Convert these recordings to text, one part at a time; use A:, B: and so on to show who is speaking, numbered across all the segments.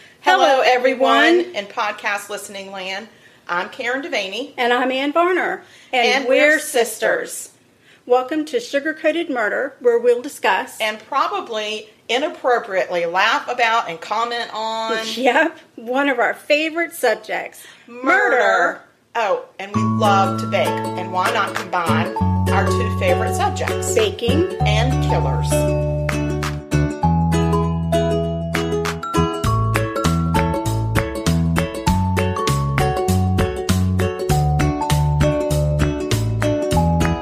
A: Hello,
B: Hello, everyone.
A: everyone in podcast listening land. I'm Karen Devaney,
B: And I'm Ann Varner. Welcome to Sugar Coated Murder, where we'll discuss.
A: and probably inappropriately laugh about and comment on
B: yep, one of our favorite subjects
A: murder. Oh, and we love to bake, and why not combine our two favorite subjects
B: Baking.
A: and killers?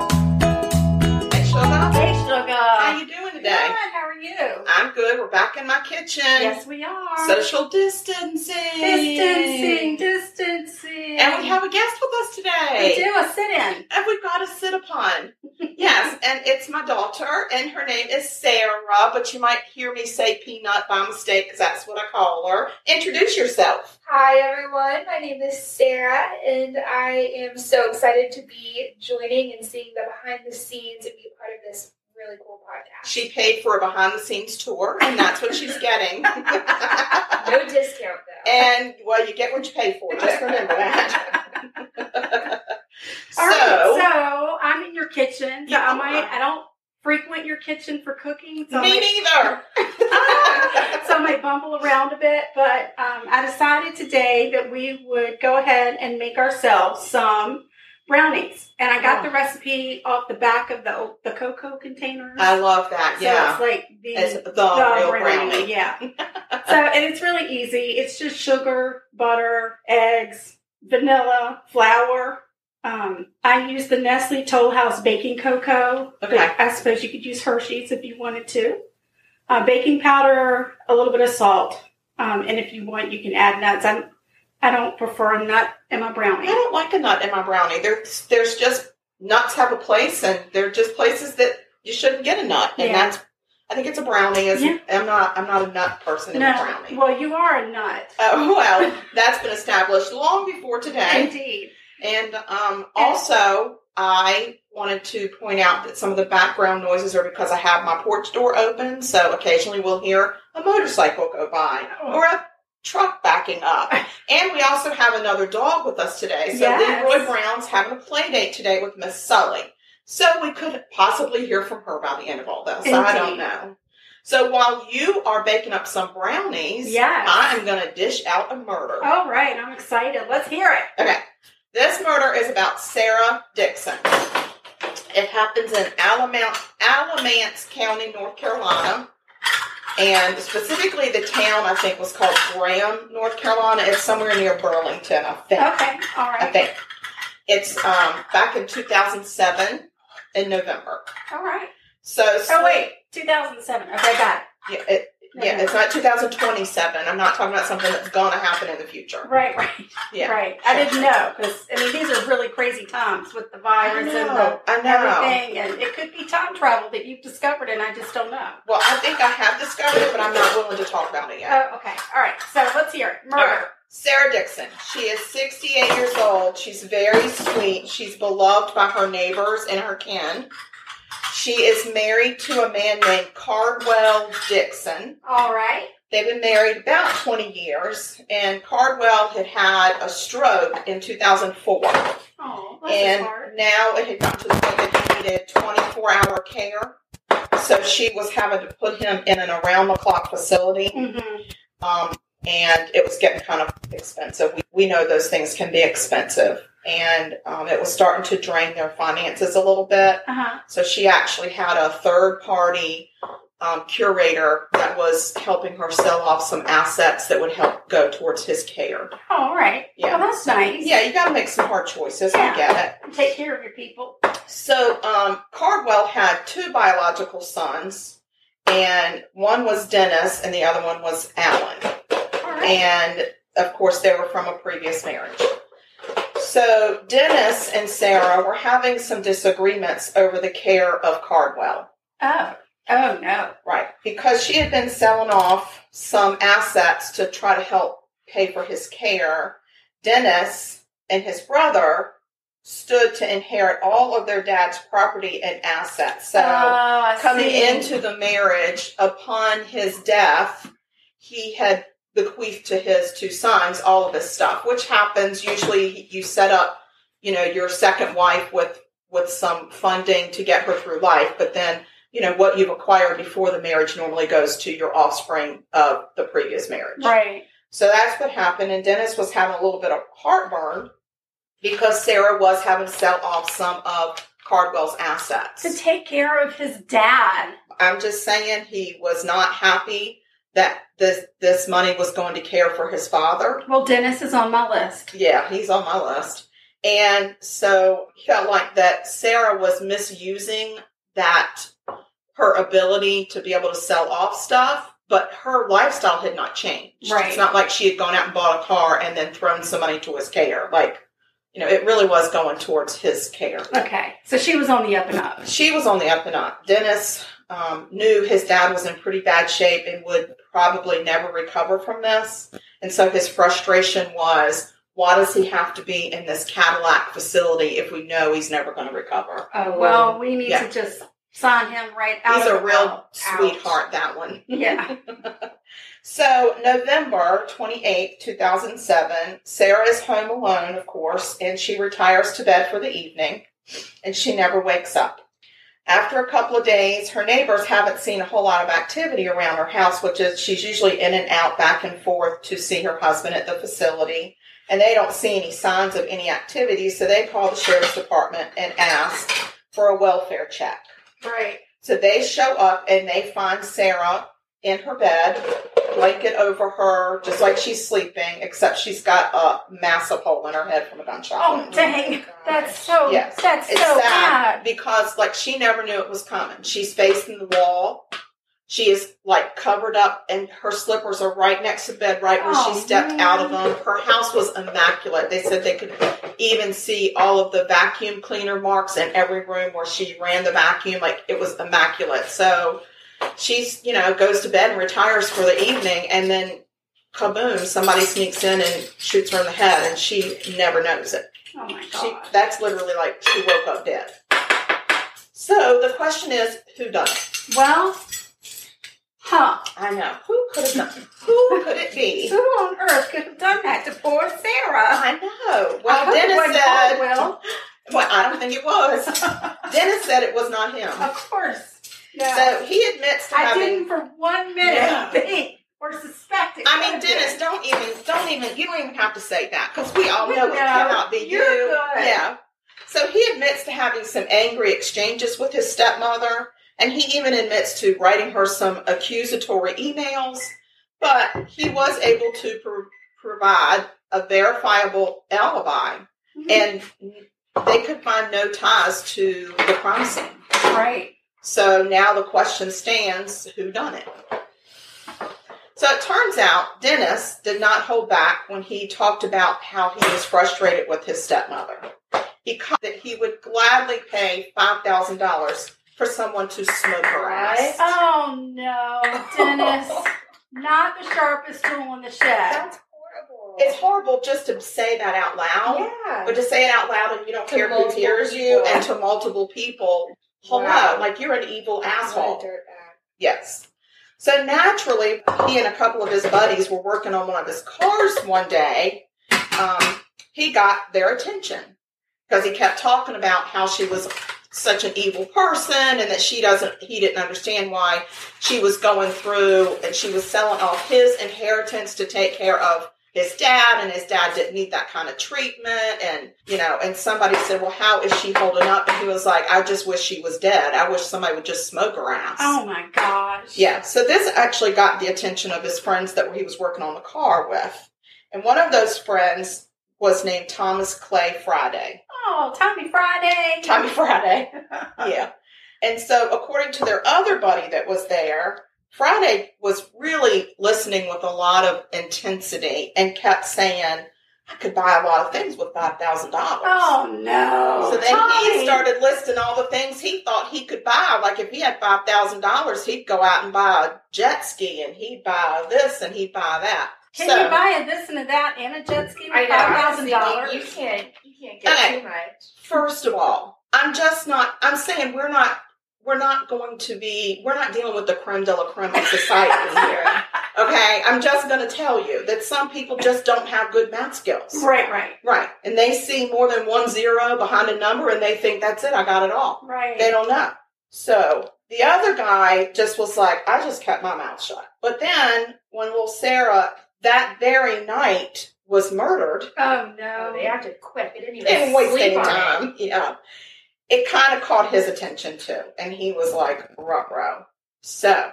A: Hey, Sugar.
C: Hey, sugar.
A: How you doing today?
C: How are you?
A: I'm good. We're back in my kitchen.
C: Yes, we are.
A: Social distancing.
C: distancing, distancing.
A: And we have a guest with us
C: we
A: today.
C: do a sit-in.
A: And we've got a sit upon. yes, and it's my daughter, and her name is Sarah, but you might hear me say peanut by mistake because that's what I call her. Introduce yourself.
D: Hi everyone, my name is Sarah, and I am so excited to be joining and seeing the behind the scenes and be a part of this really cool podcast.
A: She paid for a behind the scenes tour, and that's what she's getting.
D: No discount though.
A: and, well, you get what you pay for. Just remember that. so,
B: All right, so I'm in your kitchen. So
A: Yeah.
B: I might, I don't frequent your kitchen for cooking. So I
A: me
B: might-
A: neither.
B: so I might bumble around a bit, but um, I decided today that we would go ahead and make ourselves some brownies. And I
A: Oh.
B: got the recipe off the back of the the cocoa containers.
A: I love that.
B: so
A: Yeah.
B: it's like the,
A: It's the,
B: the
A: real
B: brownie,
A: brownie.
B: yeah. so and it's really easy. It's just sugar, butter, eggs, vanilla, flour. Um, I use the Nestle Toll House baking cocoa. but
A: Okay.
B: I suppose you could use Hershey's if you wanted to. Uh, baking powder, a little bit of salt, um, and if you want, you can add nuts. I'm, I don't prefer a nut in my
A: I
B: brownie.
A: don't like a nut in my brownie. There's there's just nuts have a place, and they're just places that you shouldn't get a nut, and
B: Yeah.
A: that's. I think it's a brownie. Is
B: Yeah.
A: I'm not I'm not a nut person in a
B: No,
A: brownie.
B: well, you are a nut.
A: Oh well, that's been established long before today.
B: Indeed.
A: And um, also, I wanted to point out that some of the background noises are because I have my porch door open, so occasionally we'll hear a motorcycle go by
B: Oh.
A: or a truck backing up. And we also have another dog with us today. So
B: Yes.
A: Leroy Brown's having a play date today with Miss Sully. So we could possibly hear from her by the end of all this. I don't
B: Indeed.
A: know. So while you are baking up some brownies,
B: Yes.
A: I am going to dish out a murder.
B: All right, I'm excited. Let's hear it.
A: Okay. This murder is about Sarah Dixon. It happens in Alamance, Alamance County, North Carolina. And specifically, the town I think was called Graham, North Carolina. It's somewhere near Burlington, I think.
B: Okay, all
A: I
B: right,
A: think it's um, back in 2007 in November.
B: all right.
A: So,
B: Oh wait, 2007. Okay, got
A: yeah, it,
B: it.
A: yeah, it's not 2027. I'm not talking about something that's going to happen in the future.
B: right, right,
A: Yeah,
B: right. I didn't know because I mean these are really crazy times with the
A: I
B: virus and
A: know.
B: the
A: I know.
B: everything, and it could be time travel that you've discovered, and I just don't know.
A: Well, I think I have discovered it, but I'm not willing to talk about it yet.
B: Oh, okay, all right. So let's hear it. Murder.
A: Alright. Sarah Dixon. She is 68 years old. She's very sweet. She's beloved by her neighbors and her kin. She is married to a man named Cardwell Dixon.
C: All right.
A: They've been married about 20 years, and Cardwell had had a stroke in 2004.
B: Oh, that's
A: And
B: hard.
A: now it had gotten to the point that he needed 24 hour care. So she was having to put him in an around the clock facility
B: Mm-hmm.
A: um, and it was getting kind of expensive. We, we know those things can be expensive, and um, it was starting to drain their finances a little bit.
B: Uh huh.
A: So she actually had a third party um, curator that was helping her sell off some assets that would help go towards his care.
B: Oh, all right.
A: Yeah.
B: Well, that's nice.
A: Yeah, you got to make some hard choices.
B: Yeah.
A: I get
B: Take care of your people.
A: it. So um, Cardwell had two biological sons, and one was Dennis, and the other one was Alan.
B: All right.
A: and of course they were from a previous marriage. So Dennis and Sarah were having some disagreements over the care of Cardwell,
B: oh. Oh no.
A: right? Because she had been selling off some assets to try to help pay for his care. Dennis and his brother stood to inherit all of their dad's property and assets. So
B: Oh, I
A: coming
B: see.
A: into the marriage upon his death he had bequeathed to his two sons all of his stuff, which happens usually. You set up, you know, your second wife with with some funding to get her through life, but then you know what you've acquired before the marriage normally goes to your offspring of the previous marriage.
B: Right.
A: So that's what happened. And Dennis was having a little bit of heartburn because Sarah was having to sell off some of Cardwell's
B: To
A: assets.
B: take care of his dad.
A: I'm just saying he was not happy that this this money was going to care for his father.
B: Well, Dennis is on my list.
A: Yeah, he's on my list. And so he felt like that Sarah was misusing that her ability to be able to sell off stuff, but her lifestyle had not changed.
B: Right.
A: It's not like she had gone out and bought a car and then thrown some money to his care. Like, you know, it really was going towards his care.
B: Okay. So she was on the up and up.
A: She was on the up and up. Dennis um, knew his dad was in pretty bad shape and would probably never recover from this. And so his frustration was why does he have to be in this Cadillac facility if we know he's never going to recover?
B: Oh, well, we need
A: Yeah.
B: to just sign him right out.
A: He's
B: of
A: a
B: the
A: real
B: house.
A: sweetheart, that one.
B: Yeah.
A: So, November 28th, 2007, Sarah is home alone, of course, and she retires to bed for the evening and she never wakes up. After a couple of days, her neighbors haven't seen a whole lot of activity around her house, which is she's usually in and out, back and forth to see her husband at the facility. And they don't see any signs of any activity, so they call the sheriff's department and ask for a welfare check.
D: Right.
A: So they show up and they find Sarah in her bed, blanket over her, just like she's sleeping, except she's got a massive hole in her head from a gunshot.
B: Oh,
A: wound.
B: dang. That's so,
A: Yes.
B: that's
A: It's
B: so
A: sad
B: bad.
A: because, like, she never knew it was coming. She's facing the wall. She is like covered up, and her slippers are right next to bed, right where
B: Oh,
A: she stepped
B: man.
A: out of them. Her house was immaculate. They said they could even see all of the vacuum cleaner marks in every room where she ran the vacuum. Like it was immaculate. So she's, you know, goes to bed and retires for the evening, and then kaboom, somebody sneaks in and shoots her in the head, and she never knows it.
B: Oh, my
A: She,
B: God.
A: that's literally like she woke up dead. So the question is, who done it?
B: Well, huh.
A: I know who could have done. It? Who could it
B: Who
A: be?
B: on earth could have done that to poor Sarah?
A: I know.
B: I
A: Well,
B: hope it
A: Dennis
B: wasn't
A: said.
B: Caldwell.
A: Well, I don't think it was. Dennis said it was not him.
B: Of course. No.
A: So he admits to
B: Oh, I
A: having.
B: didn't for one minute
A: Yeah.
B: think or suspect it.
A: I
B: could
A: mean,
B: have
A: Dennis,
B: been.
A: don't even, don't even, you don't even have to say that because we all
B: We
A: know,
B: know.
A: it cannot be
B: You're
A: you.
B: good.
A: Yeah. So he admits to having some angry exchanges with his stepmother, and he even admits to writing her some accusatory emails. But he was able to pro- provide a verifiable alibi,
B: Mm-hmm.
A: and they could find no ties to the crime scene.
B: Right.
A: So now the question stands who done it? So it turns out Dennis did not hold back when he talked about how he was frustrated with his stepmother. He co- that he would gladly pay five thousand dollars for someone to smoke her ass.
B: Oh no, Dennis. Not the sharpest tool in the shed.
D: That's horrible.
A: It's horrible just to say that out loud,
D: yeah.
A: but to say it out loud and you don't
D: To
A: care who
D: multiple
A: hears you
D: people.
A: and to multiple people. Hello,
D: Wow.
A: like you're an evil asshole.
D: What a dirtbag.
A: Yes. So naturally, he and a couple of his buddies were working on one of his cars one day. Um, he got their attention because he kept talking about how she was such an evil person and that she doesn't he didn't understand why she was going through and she was selling off his inheritance to take care of his dad and his dad didn't need that kind of treatment and you know and somebody said well how is she holding up and he was like i just wish she was dead i wish somebody would just smoke her ass
B: Oh my gosh.
A: yeah, so this actually got the attention of his friends that he was working on the car with. And one of those friends was named Thomas Clay Friday.
B: Oh, Tommy Friday.
A: Tommy Friday. yeah. And so, according to their other buddy that was there, Friday was really listening with a lot of intensity and kept saying, I could buy a lot of things with $5,000.
B: Oh no.
A: So then
B: Tommy.
A: he started listing all the things he thought he could buy. Like if he had five thousand dollars, he'd go out and buy a jet ski, and he'd buy this, and he'd buy that.
B: Can
A: so
B: you buy a this and a that and a jet ski
D: I
B: with
D: know.
B: five
D: honestly,
B: thousand
D: You
B: dollars?
D: you can't. You can't get
A: Okay.
D: too much.
A: first of all, I'm just not. I'm saying we're not we're not going to be we're not dealing with the creme de la creme of society here. Okay, I'm just going to tell you that some people just don't have good math skills.
B: Right, right,
A: Right. And they see more than one zero behind a number and they think that's it, I got it all.
B: right.
A: They don't know. So the other guy just was like, I just kept my mouth shut. But then when little Sarah that very night was murdered,
B: oh
C: Oh,
B: no.
C: they acted quick. They didn't even
A: didn't waste
C: sleep
A: any
C: on it.
A: time. Yeah. It kind of caught his attention too. And he was like, ruh row. So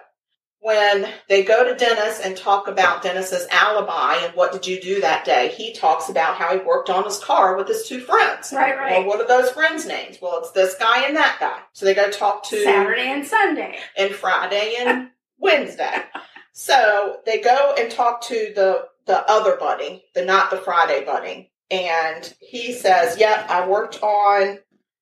A: when they go to Dennis and talk about Dennis's alibi and what did you do that day, he talks about how he worked on his car with his two friends.
B: Right,
A: Well,
B: right.
A: what are those friends' names? Well, it's this guy and that guy. So they go talk to
B: Saturday and Sunday.
A: and Friday and Wednesday. So they go and talk to the the other buddy, the not the Friday buddy, and he says, "Yep, I worked on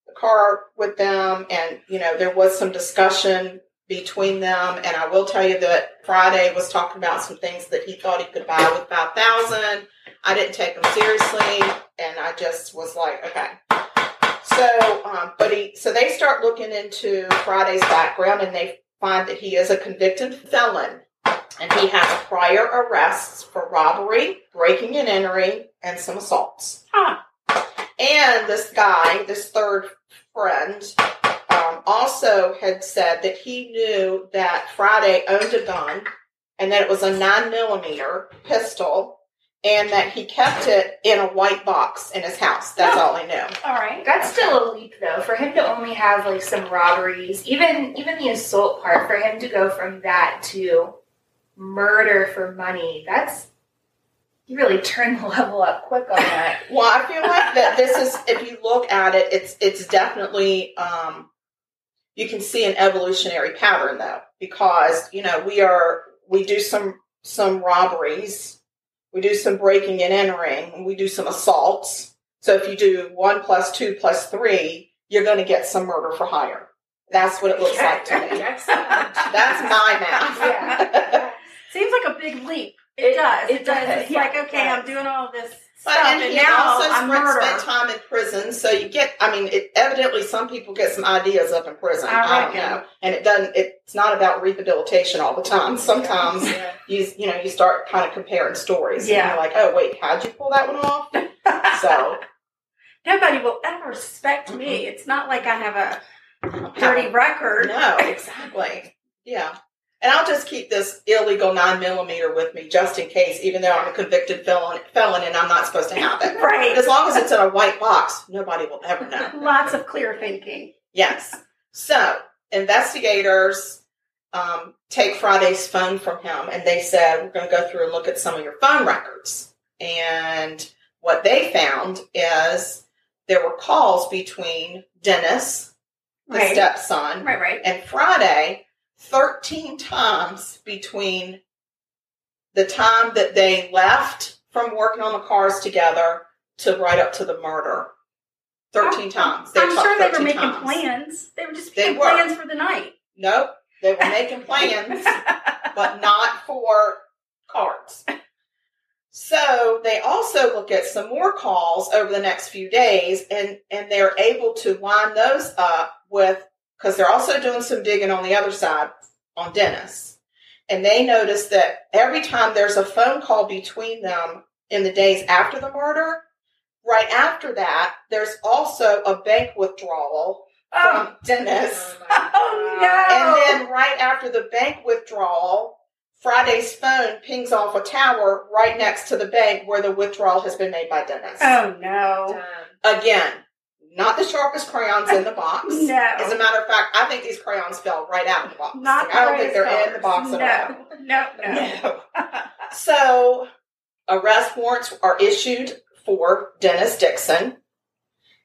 A: the car with them, and you know there was some discussion between them, and I will tell you that Friday was talking about some things that he thought he could buy with five thousand. I didn't take him seriously, and I just was like, okay." So, um, but he, so they start looking into Friday's background, and they find that he is a convicted felon and he has prior arrests for robbery, breaking and entering, and some assaults.
B: Huh.
A: And this guy, this third friend, um, also had said that he knew that Friday owned a gun and that it was a nine millimeter pistol and that he kept it in a white box in his house. That's all he knew.
B: All right.
C: That's still a leap though. For him to only have like some robberies, even even the assault part, for him to go from that to murder for money, that's you really turned the level up quick on that.
A: Well, I feel like that this is if you look at it, it's it's definitely um you can see an evolutionary pattern though, because you know, we are we do some some robberies, we do some breaking and entering, and we do some assaults. So if you do one plus two plus three, you're gonna get some murder for hire. That's what it looks like to me.
C: That's so much.
A: That's my math.
C: yeah.
B: Seems like a big leap. It,
C: It-
B: does.
C: it
B: It does.
C: does.
B: It's
C: Yeah,
B: like
C: it
B: okay,
C: does.
B: I'm doing all this
A: But
B: stuff,
A: and
B: and
A: he
B: now
A: also
B: I'm
A: spent,
B: murder.
A: spent time in prison, so you get. I mean, it, evidently, some people get some ideas up in prison.
B: I
A: I, don't
B: reckon.
A: know, and it doesn't. It's not about rehabilitation all the time. Sometimes
C: Yeah.
A: you you know you start kind of comparing stories.
B: Yeah.
A: and you're like, oh wait, how'd you pull that one off? So
B: Nobody will ever respect me. It's not like I have a dirty record.
A: no, exactly. Yeah. And I'll just keep this illegal nine millimeter with me just in case, even though I'm a convicted felon, felon and I'm not supposed to have it. But
B: Right.
A: as long as it's in a white box, nobody will ever know.
B: Lots of clear thinking.
A: Yes. So investigators um, take Friday's phone from him, and they said, "We're going to go through and look at some of your phone records." And what they found is there were calls between Dennis, the
B: Right.
A: stepson,
B: Right. Right.
A: and Friday, thirteen times between the time that they left from working on the cars together to right up to the murder. 13 times.
B: Oh, I'm
A: talked
B: sure they
A: 13
B: were making
A: times.
B: plans. They were just
A: They
B: making
A: were.
B: plans for the night.
A: Nope, they were making plans, but not for cards. So they also look at some more calls over the next few days, and and they're able to line those up with because they're also doing some digging on the other side on Dennis, and they notice that every time there's a phone call between them in the days after the murder. Right after that, there's also a bank withdrawal
B: Oh,
A: from Dennis.
B: oh
A: And
B: no!
A: then right after the bank withdrawal, Friday's phone pings off a tower right next to the bank where the withdrawal has been made by Dennis.
B: oh no!
C: Dumb.
A: Again, not the sharpest crayons in the box. As
B: No!
A: a matter of fact, I think these crayons fell right out of the box.
B: Not
A: Like, I don't think
B: the
A: they're
B: raised
A: in the box
B: colors.
A: at all.
B: No! No! No!
A: No. so, arrest warrants are issued for Dennis Dixon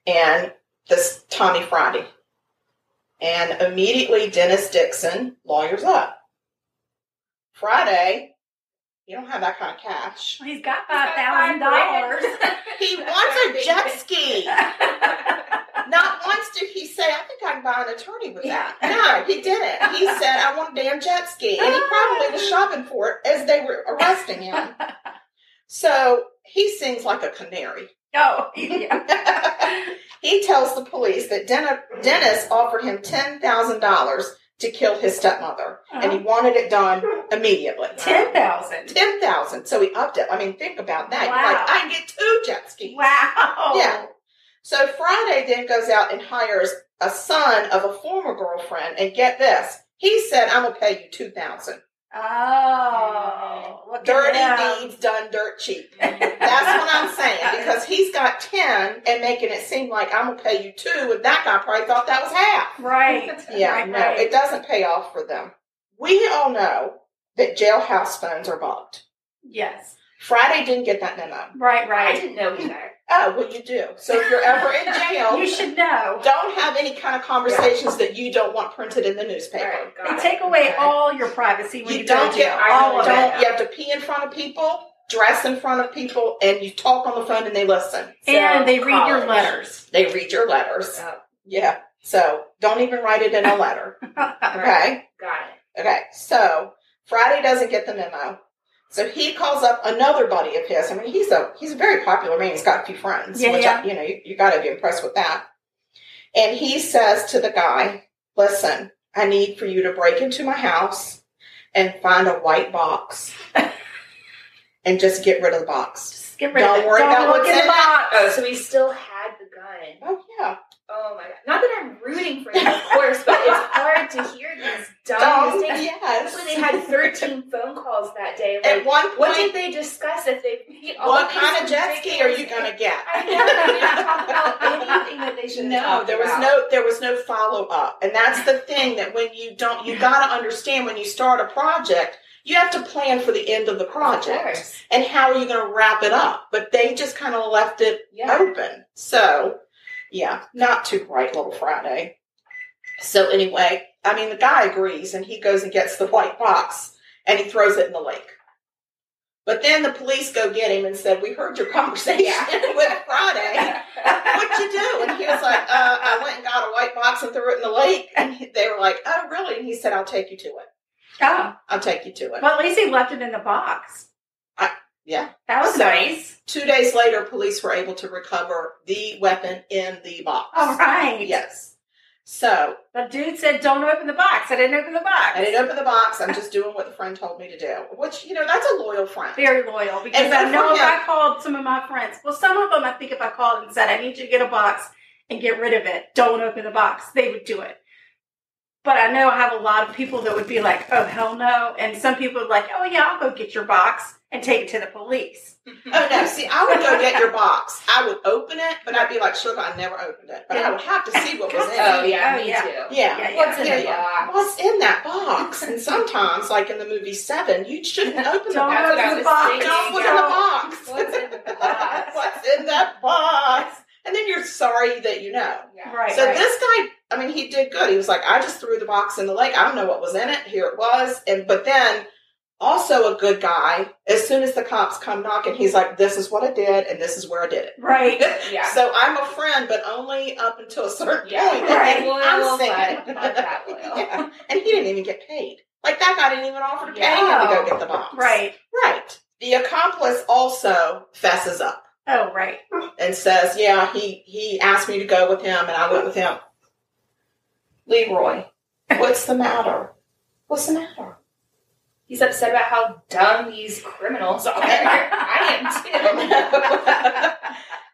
A: and this Tommy Friday. And immediately, Dennis Dixon lawyers up. Friday, you don't have that kind of cash.
B: He's got
C: got
B: five thousand dollars.
A: He wants a jet ski. Not once did he say, I think I can buy an attorney with that. No, he didn't. He said, I want a damn jet ski. And he probably was shopping for it as they were arresting him. So he sings like a canary.
B: Oh, yeah.
A: he tells the police that Den- Dennis offered him $10,000 to kill his stepmother, and he wanted it done immediately.
B: Uh-huh. Ten thousand.
A: Ten thousand. So he upped it. I mean, think about that. You're
B: Wow.
A: like, I can get two jet skis.
B: Wow.
A: Yeah. So Friday then goes out and hires a son of a former girlfriend, and get this, he said, "I'm gonna pay you two thousand.
B: Oh, look at
A: Dirty
B: them.
A: deeds done dirt cheap." That's what I'm saying because he's got ten and making it seem like I'm gonna pay you two, and that guy probably thought that was half.
B: right.
A: Yeah,
B: Right,
A: no,
B: right.
A: it doesn't pay off for them. We all know that jailhouse phones are bugged.
B: Yes.
A: Friday didn't get that memo.
B: Right.
C: I
B: Right.
C: didn't know either.
A: Oh, well, you do. So if you're ever in jail,
B: You should know.
A: don't have any kind of conversations that you don't want printed in the newspaper.
C: Alright, got
B: They
C: it.
B: take away
C: Okay.
B: all your privacy when
A: You
B: you, go
A: don't
B: to
A: get
B: jail.
C: I
B: all
C: really
B: of
C: don't.
B: it.
A: Don't you have to pee in front of people, dress in front of people, and you talk on the phone and they listen.
B: and they read your
C: college.
B: letters.
A: They read your letters.
C: Oh,
A: Yeah. So don't even write it in a letter. Okay.
C: got it.
A: Okay. So Friday doesn't get the memo. So he calls up another buddy of his. I mean, he's a he's a very popular man. He's got a few friends,
B: Yeah,
A: which
B: yeah.
A: I, you know you, you got to be impressed with that. And he says to the guy, "Listen, I need for you to break into my house and find a white box and just get rid of the box."
B: Just get rid
A: Don't
B: of it.
A: worry
B: don't
A: about
B: look
A: what's
B: in
A: in
B: the
A: it.
B: box.
C: Oh, so he still had the gun.
A: Oh yeah,
C: Oh my god. Not that I'm rooting for him, of course, but it's hard to hear these dumb
A: Dumb,
C: mistakes. Actually, they
A: yes.
C: had 13 phone calls that day.
A: At
C: Like,
A: one point,
C: what
A: what,
C: did they discuss if they made all these
A: kind of jet ski are you
C: ridiculous-
A: going to get?
C: I know they didn't talk about anything that they should have
A: No,
C: talked
A: there was
C: about.
A: no there was no follow up, and that's the thing that when you don't, you gotta understand when you start a project, you have to plan for the end of the
C: Of
A: project
C: course.
A: and how are you gonna wrap it up. But they just kind of left it
C: Yeah.
A: open, so yeah, not too bright little Friday. So anyway, I mean the guy agrees, and he goes and gets the white box and he throws it in the lake. But then the police go get him and said, "We heard your conversation with Friday." what'd you do? And he was like, uh, I went and got a white box and threw it in the lake. And he, they were like, oh, really? And he said, I'll take you to it.
B: Oh,
A: I'll take you to it.
B: well, at least he left it in the box.
A: I- yeah.
B: That was
A: So-
B: nice.
A: Two days later, police were able to recover the weapon in the box.
B: All right.
A: Yes. So
B: The dude said, "Don't open the box." I didn't open the box.
A: I didn't open the box. I'm just doing what the friend told me to do, which, you know, that's a loyal friend.
B: Very loyal because
A: And
B: I know
A: for
B: if
A: him-
B: I called some of my friends. Well, some of them I think if I called and said, "I need you to get a box and get rid of it. Don't open the box," they would do it. But I know I have a lot of people that would be like, "Oh hell no," and some people are like, "Oh yeah, I'll go get your box and take it to the police."
A: Oh, no. See, I would go get your box. I would open it, but I'd be like, sugar, I never opened it. But I would have to see what was in it.
C: Oh, yeah,
B: Oh,
C: me
B: yeah.
C: too.
A: Yeah.
B: Yeah,
C: What's in
A: yeah,
C: the
A: yeah.
C: box?
A: What's in that box? And sometimes, like in the movie Seven, you shouldn't open the
B: Don't
A: box.
C: That's what I
B: open the
C: was
B: box.
C: thinking.
A: Don't look in the
B: Don't.
A: box.
C: What's in the box?
A: What's in that box? And then you're sorry that you know.
C: Yeah.
B: Right.
A: so
B: right.
A: this guy, I mean, he did good. He was like, I just threw the box in the lake. I don't know what was in it. Here it was. And but then also a good guy. As soon as the cops come knocking, he's like, This is what I did, and this is where I did it.
B: right.
C: Yeah.
A: So I'm a friend, but only up until a certain
C: Yeah.
A: point.
B: Right.
A: And
C: Loyal,
A: I'm
C: but
A: saying,
C: not that loyal.
A: Yeah. And he didn't even get paid. Like that guy didn't even offer to pay
C: Yeah.
A: him to go get the box.
B: Right.
A: Right. The accomplice also fesses up
B: Oh right.
A: and says, "Yeah, he he asked me to go with him, and I went with him." Leroy, what's the matter? What's the matter?
C: He's upset about how dumb these criminals are. I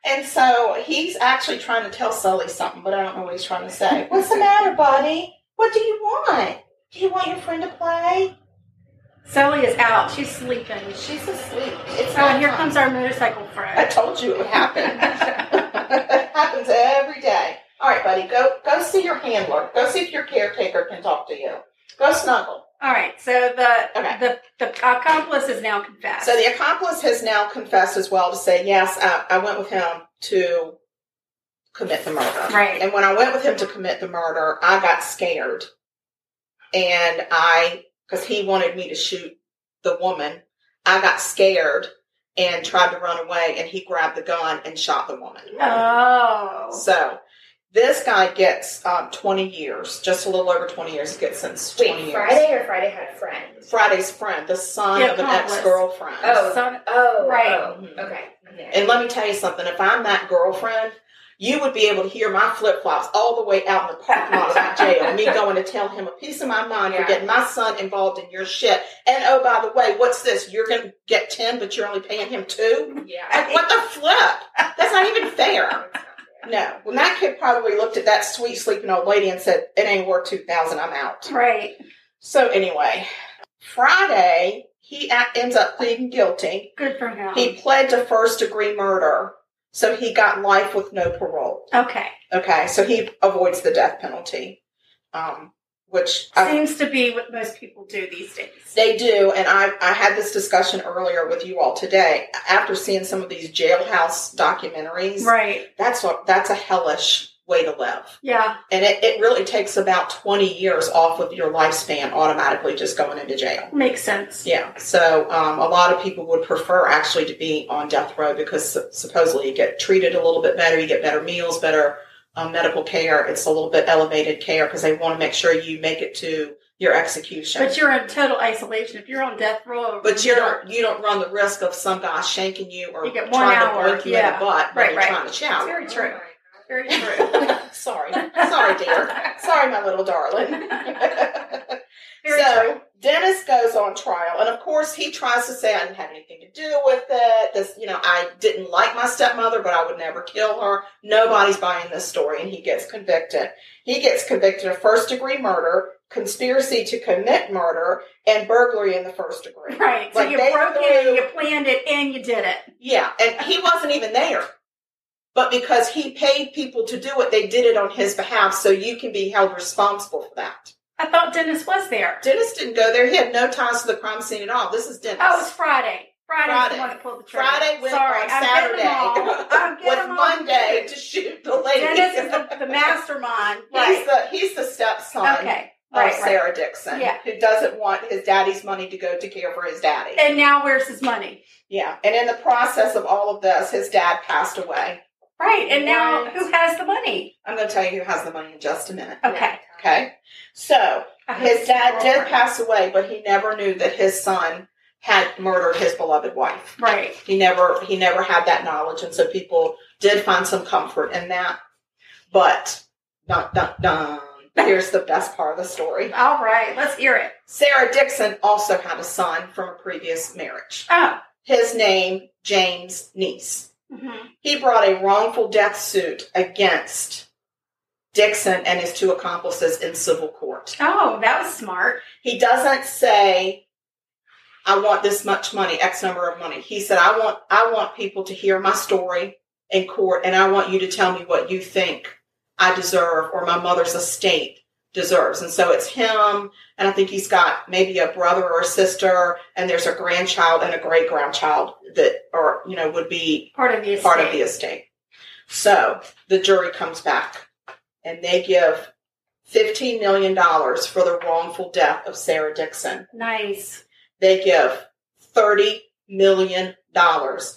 A: And so he's actually trying to tell Sully something, but I don't know what he's trying to say. What's the matter, buddy? What do you want? Do you want your friend to play?
B: Sally is out. She's sleeping. She's.
A: She's asleep. It's
B: Oh,
A: not
B: and here comes our motorcycle friend.
A: I told you it would happen. it happens every day. All right, buddy, go go see your handler. Go see if your caretaker can talk to you. Go snuggle.
B: All right, so the
A: Okay.
B: the the accomplice is now confessed.
A: So the accomplice has now confessed as well to say, yes, I, I went with him to commit the murder.
B: Right.
A: And when I went with him to commit the murder, I got scared. And I, because he wanted me to shoot the woman, I got scared and tried to run away, and he grabbed the gun and shot the woman.
B: oh,
A: So This guy gets um, 20 years, just a little over 20 years. He gets sentenced to 20
C: Wait,
A: years.
C: Friday or Friday had friend?
A: Friday's friend, the son
B: Yeah,
A: of an
B: accomplice.
A: ex girlfriend.
C: Oh.
B: Son-
C: Oh,
B: Right.
C: Oh, okay. okay.
A: And let me tell you something. If I'm that girlfriend, you would be able to hear my flip flops all the way out in the parking lot of my jail. Me going to tell him a piece of my mind
C: Yeah.
A: for getting my son involved in your shit. And oh, by the way, what's this? You're going to get 10, but you're only paying him two?
C: yeah.
A: Like, what the flip? That's not even fair.
C: It's not fair.
A: No. When that kid probably looked at that sweet sleeping old lady and said, it ain't worth 2000 I'm out.
B: right.
A: So anyway, Friday, he a- ends up pleading guilty.
B: Good for him.
A: He pled to first degree murder, so he got life with no parole.
B: okay.
A: Okay, so he avoids the death penalty, um, which I,
B: Seems to be what most people do these days.
A: they do. And I, I had this discussion earlier with you all today. After seeing some of these jailhouse documentaries,
B: Right.
A: that's what that's a hellish way to live.
B: Yeah.
A: And it, it really takes about twenty years off of your lifespan automatically just going into jail.
B: Makes sense.
A: Yeah, so um, a lot of people would prefer actually to be on death row because su- supposedly you get treated a little bit better, you get better meals, better um, medical care. It's a little bit elevated care because they want to make sure you make it to your execution.
B: But you're in total isolation. If you're on death row,
A: But you don't you don't run the risk of some guy shanking you or
B: You get one
A: trying
B: hour,
A: to break you in
B: yeah.
A: the butt when
B: Right,
A: you're
B: right.
A: trying to
B: It's
A: shower.
B: very true. Very true.
A: Sorry, sorry, dear. Sorry, my little darling.
B: Very
A: so
B: true.
A: Dennis goes on trial, and of course he tries to say I didn't have anything to do with it. This, you know, I didn't like my stepmother, but I would never kill her. Nobody's buying this story, and he gets convicted. He gets convicted of first degree murder, conspiracy to commit murder, and burglary in the first degree.
B: Right. So
A: Like,
B: you
A: they
B: broke in,
A: threw-
B: you planned it, and you did it.
A: Yeah, and he wasn't even there. But because he paid people to do it, they did it on his behalf, so you can be held responsible for that.
B: I thought Dennis was there.
A: Dennis didn't go there. He had no ties to the crime scene at all. This is Dennis.
B: Oh, it's Friday. Friday's
A: Friday.
B: the one that pulled the trigger.
A: Friday went
B: Sorry,
A: on
B: I'm Getting
A: Saturday
B: them all. I'm getting
A: with
B: them all.
A: Monday to shoot the lady.
B: Dennis is the, the mastermind.
A: he's
B: Right.
A: the he's the stepson
B: Okay.
A: of
B: Right. right.
A: Sarah Dixon,
B: Yeah.
A: who doesn't want his daddy's money to go to care for his daddy.
B: And now where's his money?
A: yeah, and in the process of all of this, his dad passed away.
B: Right. And now
C: What?
B: who has the money?
A: I'm going to tell you who has the money in just a minute.
B: Okay.
A: Okay, so
B: I hope
A: his
B: it's
A: dad
B: the
A: did
B: girlfriend.
A: pass away, but he never knew that his son had murdered his beloved wife.
B: Right.
A: he never he never had that knowledge and so people did find some comfort in that but dun, dun, dun, here's the best part of the story
B: All right. Let's hear it.
A: sarah dixon also had a son from a previous marriage
B: Oh.
A: his name james neese
B: Mhm.
A: he brought a wrongful death suit against dixon and his two accomplices in civil court
B: Oh, that was smart.
A: he doesn't say i want this much money x number of money he said i want i want people to hear my story in court and i want you to tell me what you think i deserve or my mother's estate deserves and so it's him and i think he's got maybe a brother or a sister and there's a grandchild and a great grandchild that or you know would be
B: Part of the estate.
A: part of the estate so the jury comes back and they give $15 million for the wrongful death of sarah dixon
B: Nice.
A: they give $30 million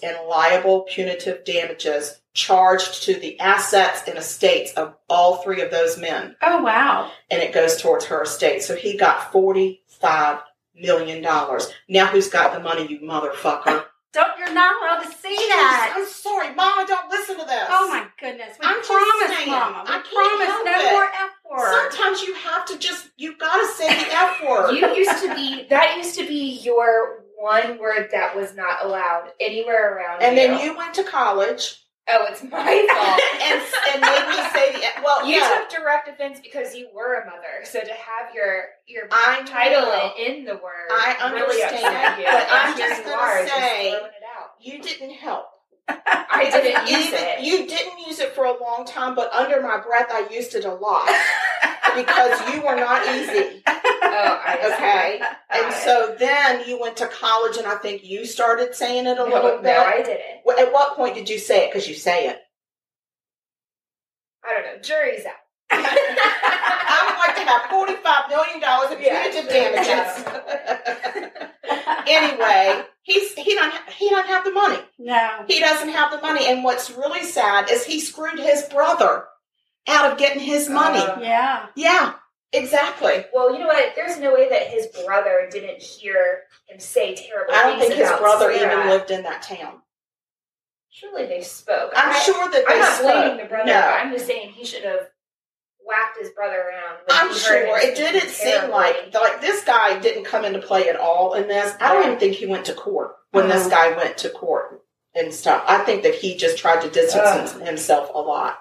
A: in liable punitive damages charged to the assets and estates of all three of those men,
B: Oh wow.
A: and it goes towards her estate. So he got $45 million. Now who's got the money, you motherfucker?
B: Don't you're not allowed to see that.
A: I'm sorry, Mama, don't listen to this.
B: Oh my goodness. We
A: I'm just
B: promise,
A: saying.
B: Mama. We
A: I can't
B: promise
A: help
B: no
A: it.
B: more F word.
A: Sometimes you have to just, you gotta say the F word.
C: You used to be that used to be your one word that was not allowed anywhere around.
A: and then you went to college,
C: oh, it's my fault.
A: and, and made me say the F- well,
C: You
A: yeah.
C: took direct offense because you were a mother, so to have your your
A: I
C: title
A: know.
C: in the word
A: I
C: really
A: understand,
C: upset you.
A: but
C: and
A: I'm
C: here
A: just
C: you
A: gonna say-
C: are, just throwing it out.
A: You didn't help.
C: I didn't
A: you,
C: use it.
A: You didn't use it for a long time, but under my breath, I used it a lot because you were not easy.
C: oh, I
A: Okay. And
C: Got it.
A: so then you went to college, and I think you started saying it a
C: no,
A: little
C: no,
A: bit.
C: I didn't.
A: Wh- At what point did you say it? Because you say it.
C: I don't know. Jury's out.
A: I would like to have forty-five million dollars in
C: Yeah.
A: punitive damages. anyway, he's he don't ha- he don't have the money.
B: No.
A: He doesn't have the money. And what's really sad is he screwed his brother out of getting
D: Uh-huh.
A: his money.
C: Uh,
B: Yeah.
A: yeah, exactly.
D: Well, you know what? There's no way that his brother didn't hear him say terrible
A: I don't
D: things
A: think his
D: about
A: brother
D: Sarah.
A: even lived in that town.
D: Surely they spoke.
A: I'm
D: I,
A: sure that they
D: I'm not
A: spoke.
D: blaming the brother,
A: No.
D: but I'm just saying he should have whacked his brother around. when
A: I'm
D: he heard
A: sure
D: him
A: it didn't
D: speaking
A: seem like
D: terribly.
A: like this guy didn't come into play at all in this. I don't even think he went to court when this
B: Mhm.
A: guy went to court and stuff. I think that he just tried to distance himself a lot.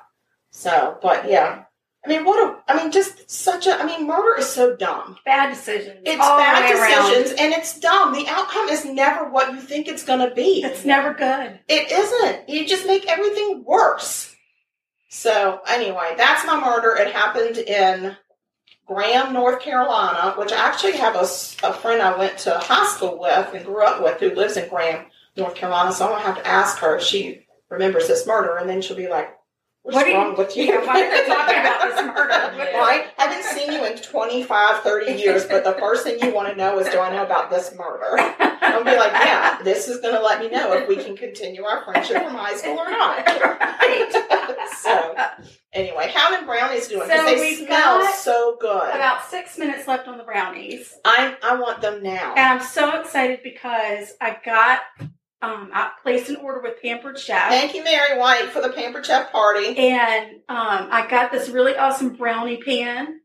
A: So, but yeah, I mean, what a I mean, just such a I mean, murder is so dumb.
B: Bad decisions.
A: It's
B: all the
A: bad
B: way around.
A: decisions and it's dumb. The outcome is never what you think it's going to be.
B: It's never good.
A: It isn't. You just make everything worse. So, anyway, that's my murder. It happened in Graham, North Carolina, which I actually have a, s- a friend I went to high school with and grew up with who lives in Graham, North Carolina. So, I'm going to have to ask her if she remembers this murder, and then she'll be like, What's
B: What are you-
A: wrong with you?
B: Yeah, why are you talking about this murder?
D: Yeah.
A: Right? I haven't seen you in 25, 30 years, but the first thing you want to know is do I know about this murder? I'll be like, yeah, this is going to let me know if we can continue our friendship from high school or not. so, anyway, how did brownies doing? Because
B: So
A: they
B: we've
A: smell
B: got
A: so good.
B: About six minutes left on the brownies.
A: I I want them now.
B: And I'm so excited because I got, um, I placed an order with Pampered Chef.
A: Thank you, Mary White, for the Pamper Chef party.
B: and um, I got this really awesome brownie pan,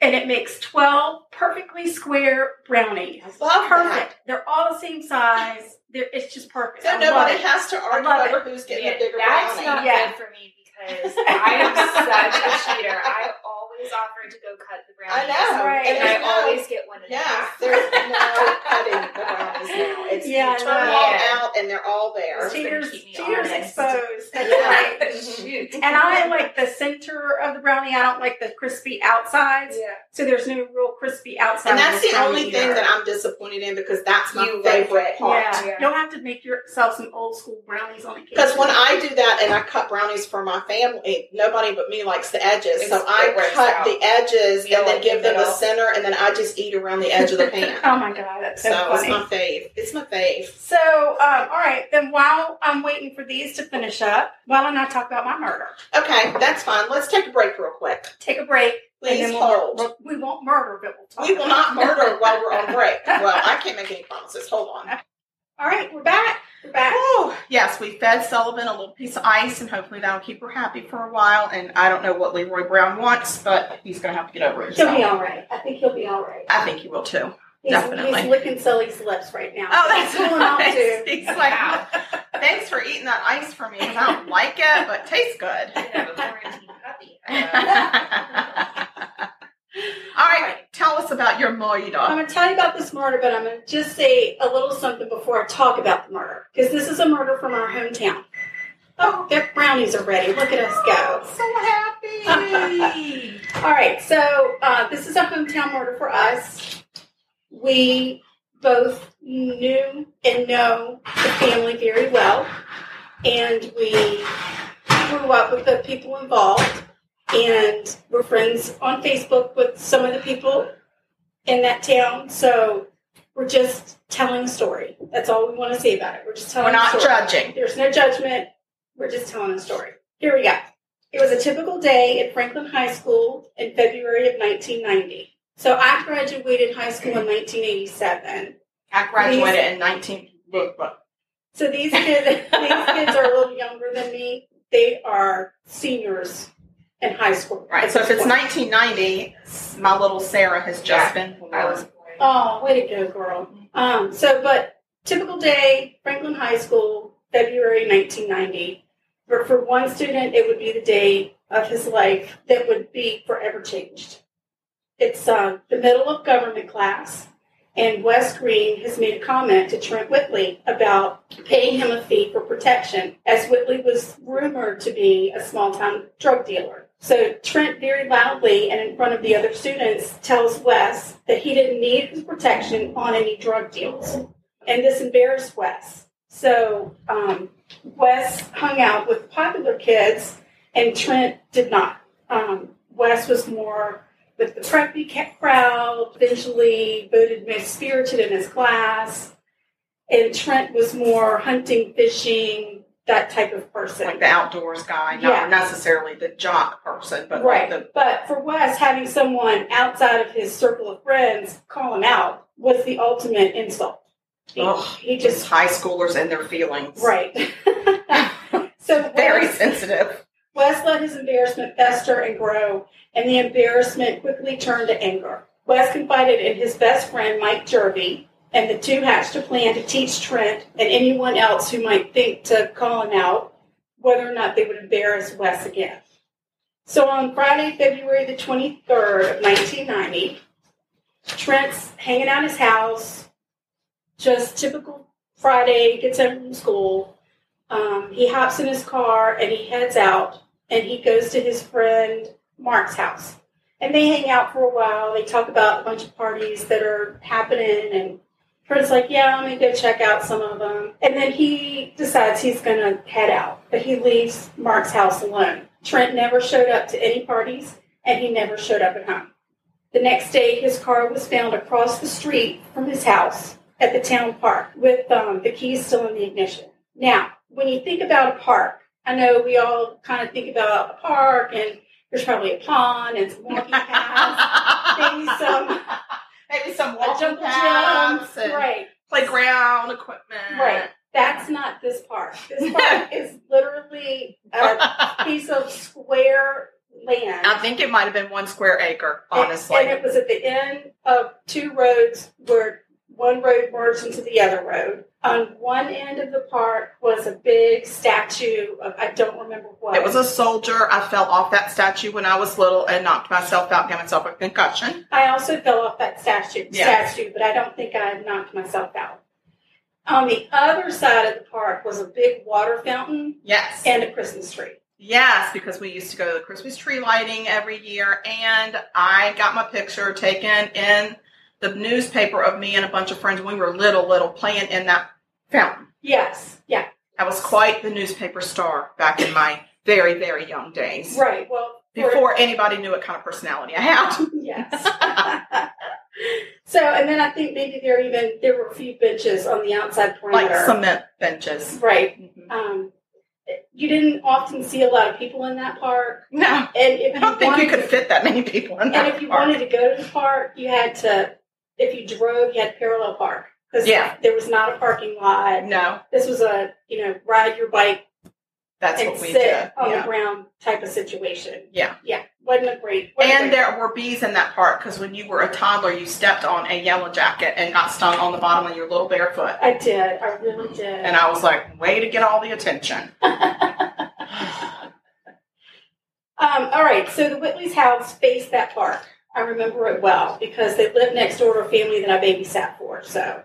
B: and it makes twelve perfectly square brownies.
A: Love
B: Perfect. They're all the same size. They're, it's just
A: that.
B: perfect.
A: So
B: I love
A: nobody
B: it.
A: has to argue
B: love it.
A: over who's getting
D: Man,
A: the bigger
D: that's
A: brownie.
D: not
B: Yeah.
D: good for me because I am such a cheater. I always offer to go cut the brownies.
A: I know.
B: Right.
D: And
A: And
D: I
A: there's no-
D: always get one of
A: Yeah,
D: those.
A: there's no cutting the brownies now. It's
B: Yeah,
A: you turn them
D: no.
A: all out and they're all there.
D: It's-
B: Cheaters,
D: Keep me
B: cheaters
D: honest.
B: exposed. That's
A: Yeah.
B: right.
D: Shoot.
B: And I like the center of the brownie. I don't like the crispy outsides.
D: Yeah.
B: So there's no real crispy outside.
A: And
B: of
A: that's
B: this
A: the
B: brownie
A: only thing
B: either.
A: that I'm disappointed in because that's my
D: You like
A: favorite
D: it.
A: part.
B: Yeah.
D: Yeah.
B: you'll have to make yourself some old school brownies on the cake.
A: Because when I do that and I cut brownies for my family, eh, nobody but me likes the edges. so
D: It's-
A: I
D: it works
A: cut
D: out.
A: the edges
D: You
A: and then
D: like
A: give
D: the
A: them the
D: middle.
A: center, and then I just eat around the edge of the pan.
B: oh my god, that's so,
A: so it's
B: funny.
A: my fave. It's my fave.
B: So, um, all right, then while I'm waiting for these to finish up, why don't I talk about my murder?
A: Okay, that's fine. Let's take a break real quick.
B: Take a break.
A: Please
B: and then we'll,
A: hold.
B: we'll, we will not murder, but we'll talk.
A: we will
B: about
A: not murder while we're on break. Well, I can't make any promises. Hold on.
B: it. All right, we're back. We're back.
A: Oh, yes, we fed Sullivan a little piece of ice, and hopefully that'll keep her happy for a while. And I don't know what Leroy Brown wants, but he's going to have to get over it.
B: He'll be
A: himself.
B: all right. I think he'll be all right.
A: I think he will too.
B: He's,
A: Definitely.
B: He's licking Sully's lips right now.
A: Oh, that's
B: He's pulling out
A: nice.
B: too.
A: He's like, thanks for eating that ice for me. 'cause I don't like it, but tastes good.
D: I have a quarantine puppy.
A: All right, tell us about your
B: I'm
A: moida.
B: going to tell you about this murder, but I'm going to just say a little something before I talk about the murder because this is a murder from our hometown. Oh, their brownies are ready. Look at us go.
A: So happy.
B: All right, so uh, this is a hometown murder for us. We both knew and know the family very well, and we grew up with the people involved, and we're friends on Facebook with some of the people in that town. So we're just telling a story. That's all we want to say about it. We're just telling.
A: We're
B: a
A: not
B: story.
A: judging.
B: There's no judgment. We're just telling a story. Here we go. It was a typical day at Franklin High School in February of 1990. So I graduated high school in 1987.
A: I graduated in 19. Look, look.
B: So these kids, these kids are a little younger than me. They are seniors in high school.
A: Right,
B: at
A: so if
B: this
A: it's
B: point.
A: 1990, my little Sarah has just been born.
D: I was born.
B: Oh, way to go, girl. Um, so, but typical day, Franklin High School, February 1990. For, for one student, it would be the day of his life that would be forever changed. It's um, the middle of government class, and Wes Green has made a comment to Trent Whitley about paying him a fee for protection, as Whitley was rumored to be a small town drug dealer. So Trent very loudly and in front of the other students tells Wes that he didn't need his protection on any drug deals. And this embarrassed Wes. So um, Wes hung out with popular kids, and Trent did not. Um, Wes was more with the preppy ca- crowd, eventually voted most spirited in his class. And Trent was more hunting, fishing, that type of person.
A: like the outdoors guy, not
B: Yeah.
A: necessarily the jock person, but
B: right.
A: like the
B: but for Wes, having someone outside of his circle of friends call him out was the ultimate insult. He,
A: Ugh.
B: he
A: just
B: just,
A: high schoolers and their feelings.
B: right. so
A: Very
B: Wes,
A: sensitive.
B: Wes let his embarrassment fester and grow, and the embarrassment quickly turned to anger. Wes confided in his best friend, Mike Jervy, and the two hatched a plan to teach Trent and anyone else who might think to call him out whether or not they would embarrass Wes again. So on Friday, February the 23rd of 1990, Trent's hanging out at his house, just typical Friday, gets home from school, um, he hops in his car and he heads out and he goes to his friend Mark's house. And they hang out for a while. They talk about a bunch of parties that are happening. And Trent's like, yeah, I'm going to go check out some of them. And then he decides he's going to head out, but he leaves Mark's house alone. Trent never showed up to any parties and he never showed up at home. The next day, his car was found across the street from his house at the town park with um, the keys still in the ignition. Now, when you think about a park, I know we all kind of think about a park and there's probably a pond and some walking paths, maybe some
A: Maybe some
B: a
A: walking
B: jungle
A: paths
B: gym.
A: and
B: Right,
A: playground equipment.
B: right. Uh, That's not this park. This park is literally a
A: I
B: piece of square land.
A: think it might have been one square acre,
B: And-
A: honestly.
B: And, it was at the end of two roads where one road merged into the other road. On one end of the park was a big statue of, I don't remember what.
A: It was a soldier. I fell off that statue when I was little and knocked myself out, gave myself a concussion.
B: I also fell off that statue,
A: Yeah.
B: statue, but I don't think I knocked myself out. On the other side of the park was a big water fountain
A: Yes.
B: and a Christmas tree.
A: Yes, because we used to go to the Christmas tree lighting every year, and I got my picture taken in the newspaper of me and a bunch of friends when we were little, little playing in that fountain.
B: Yes, yeah,
A: I was quite the newspaper star back in my very, very young days.
B: right. Well, for-
A: Before anybody knew what kind of personality I had.
B: yes. so, and then I think maybe there even there were a few benches on the outside
A: Like
B: perimeter.
A: cement benches.
B: right.
A: Mhm.
B: Um, you didn't often see a lot of people in that park,
A: No,
B: and if
A: I
B: you
A: don't think
B: wanted
A: you could fit that many people in that
B: And if you
A: park.
B: wanted to go to the park, you had to, if you drove, you had to parallel park. 'Cause
A: Yeah.
B: There was not a parking lot.
A: No,
B: This was a, you know, ride your bike
A: that's
B: and
A: what we
B: sit
A: did.
B: on
A: yeah.
B: the ground type of situation.
A: Yeah.
B: Yeah. Wasn't a great. wasn't a
A: And
B: great-
A: there were bees in that park because when you were a toddler, you stepped on a yellow jacket and got stung on the bottom of your little bare foot.
B: I did. I really did.
A: And I was like, way to get all the attention.
B: Um, all right, so the Whitley's house faced that park. I remember it well because they lived next door to a family that I babysat for. So,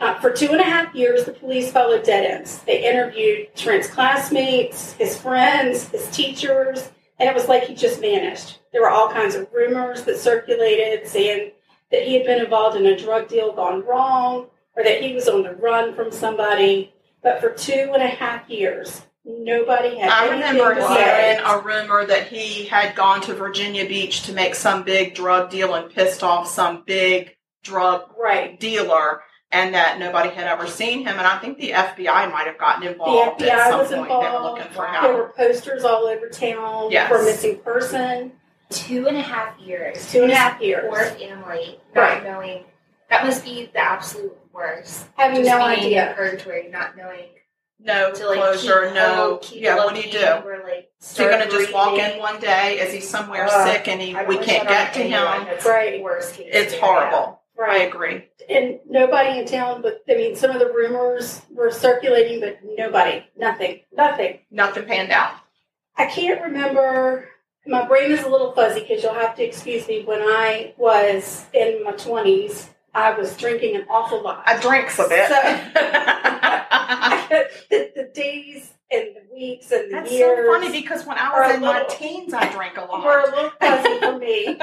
B: uh, for two and a half years, the police followed dead ends. They interviewed Trent's classmates, his friends, his teachers, and it was like he just vanished. There were all kinds of rumors that circulated saying that he had been involved in a drug deal gone wrong or that he was on the run from somebody. But for two and a half years, nobody had
A: I
B: anything
A: remember
B: to say.
A: hearing a rumor that he had gone to Virginia Beach to make some big drug deal and pissed off some big drug
B: Right.
A: dealer and that nobody had ever seen him. And I think the FBI might have gotten
B: The
A: involved at
B: FBI
A: some
B: was
A: point. They were
B: involved.
A: looking for
B: There
A: him.
B: were posters all over town
A: Yes.
B: for missing person.
C: Two and a half years.
B: Two and a half years.
C: Poor family. Not
B: Right.
C: knowing. That must be the absolute worst.
B: I have
C: Just
B: no
C: being in
B: idea.
C: purgatory, not knowing
A: No
C: to like
A: closure,
C: keep
A: no.
C: hope, keep
A: Yeah, what do
C: looking,
A: you do?
C: Or, like,
A: So you're gonna
C: start
A: just walk
C: breathing.
A: in one day? Is he somewhere
C: Ugh,
A: sick and he,
C: I don't
A: we
C: wish
A: can't
C: that on
A: get to
C: anyone.
A: him?
C: That's
B: Right.
C: the worst case.
A: It's
C: scenario.
A: horrible. I agree.
B: And nobody in town, but I mean, some of the rumors were circulating, but nobody, nothing, nothing.
A: Nothing panned out.
B: I can't remember. My brain is a little fuzzy because you'll have to excuse me. When I was in my twenties, I was drinking an awful lot.
A: I drinks a bit.
B: So- the, the days and the weeks and the
A: That's
B: years.
A: so funny because when I
B: Or a
A: was in my
B: little-
A: teens, I drank a
B: were
A: lot.
B: a little fuzzy for me.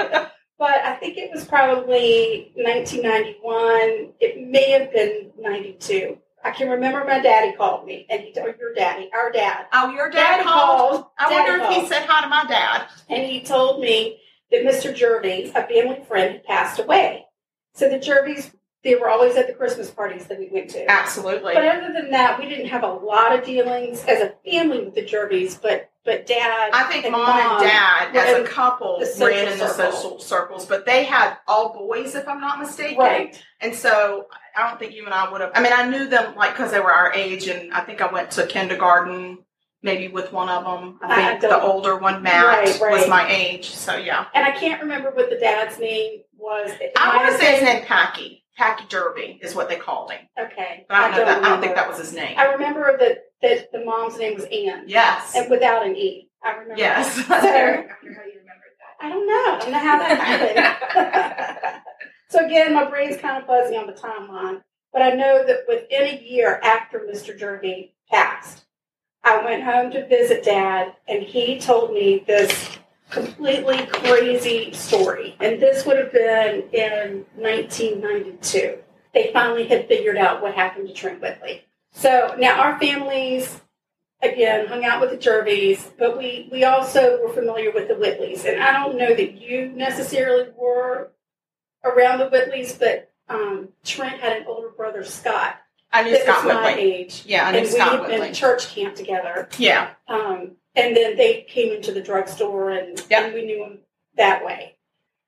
B: But I think it was probably 1991. It may have been 92. I can remember my daddy called me, and he told your daddy, our dad.
A: Oh, your dad called. I
B: Daddy
A: wonder if he
B: called.
A: said hi to my dad.
B: and he told me that Mr. Jervis, a family friend, had passed away. So the Jervis They were always at the Christmas parties that we went to.
A: Absolutely.
B: But other than that, we didn't have a lot of dealings as a family with the Jervies, but but dad.
A: I think
B: and
A: mom, and dad,
B: were
A: as a
B: in
A: couple,
B: the social
A: ran in the
B: circle.
A: social circles, but they had all boys, if I'm not mistaken.
B: Right.
A: And so I don't think you and I would have. I mean, I knew them like because they were our age, and I think I went to kindergarten maybe with one of them. I
B: I- I
A: think the
B: don't-
A: older one, Matt,
B: Right, right.
A: was my age. So yeah,
B: And I can't remember what the dad's name was. It
A: I
B: might
A: want to
B: have
A: say his
B: been-
A: name Packy. Packy Derby is what they called him.
B: Okay.
A: But I don't know that. I don't
B: remember.
A: think that was his name.
B: I remember that that the mom's name was Ann,
A: yes.
B: and without an e. I remember.
A: Yes.
B: that. So,
C: I wonder how you remembered that.
B: I don't know. I don't know how that happened. so again, my brain's kind of fuzzy on the timeline, but I know that within a year after Mr. Jervy passed, I went home to visit Dad, and he told me this completely crazy story. And this would have been in 1992. They finally had figured out what happened to Trent Whitley. So now our families again hung out with the Jervies, but we we also were familiar with the Whitleys, and I don't know that you necessarily were around the Whitleys, but um, Trent had an older brother Scott
A: I knew
B: that
A: Scott
B: was my
A: Whitley.
B: age,
A: Yeah, I knew
B: and we
A: Scott
B: had
A: Whitley.
B: been at church camp together.
A: yeah.
B: Um, and then they came into the drugstore, and,
A: Yeah.
B: and we knew them that way.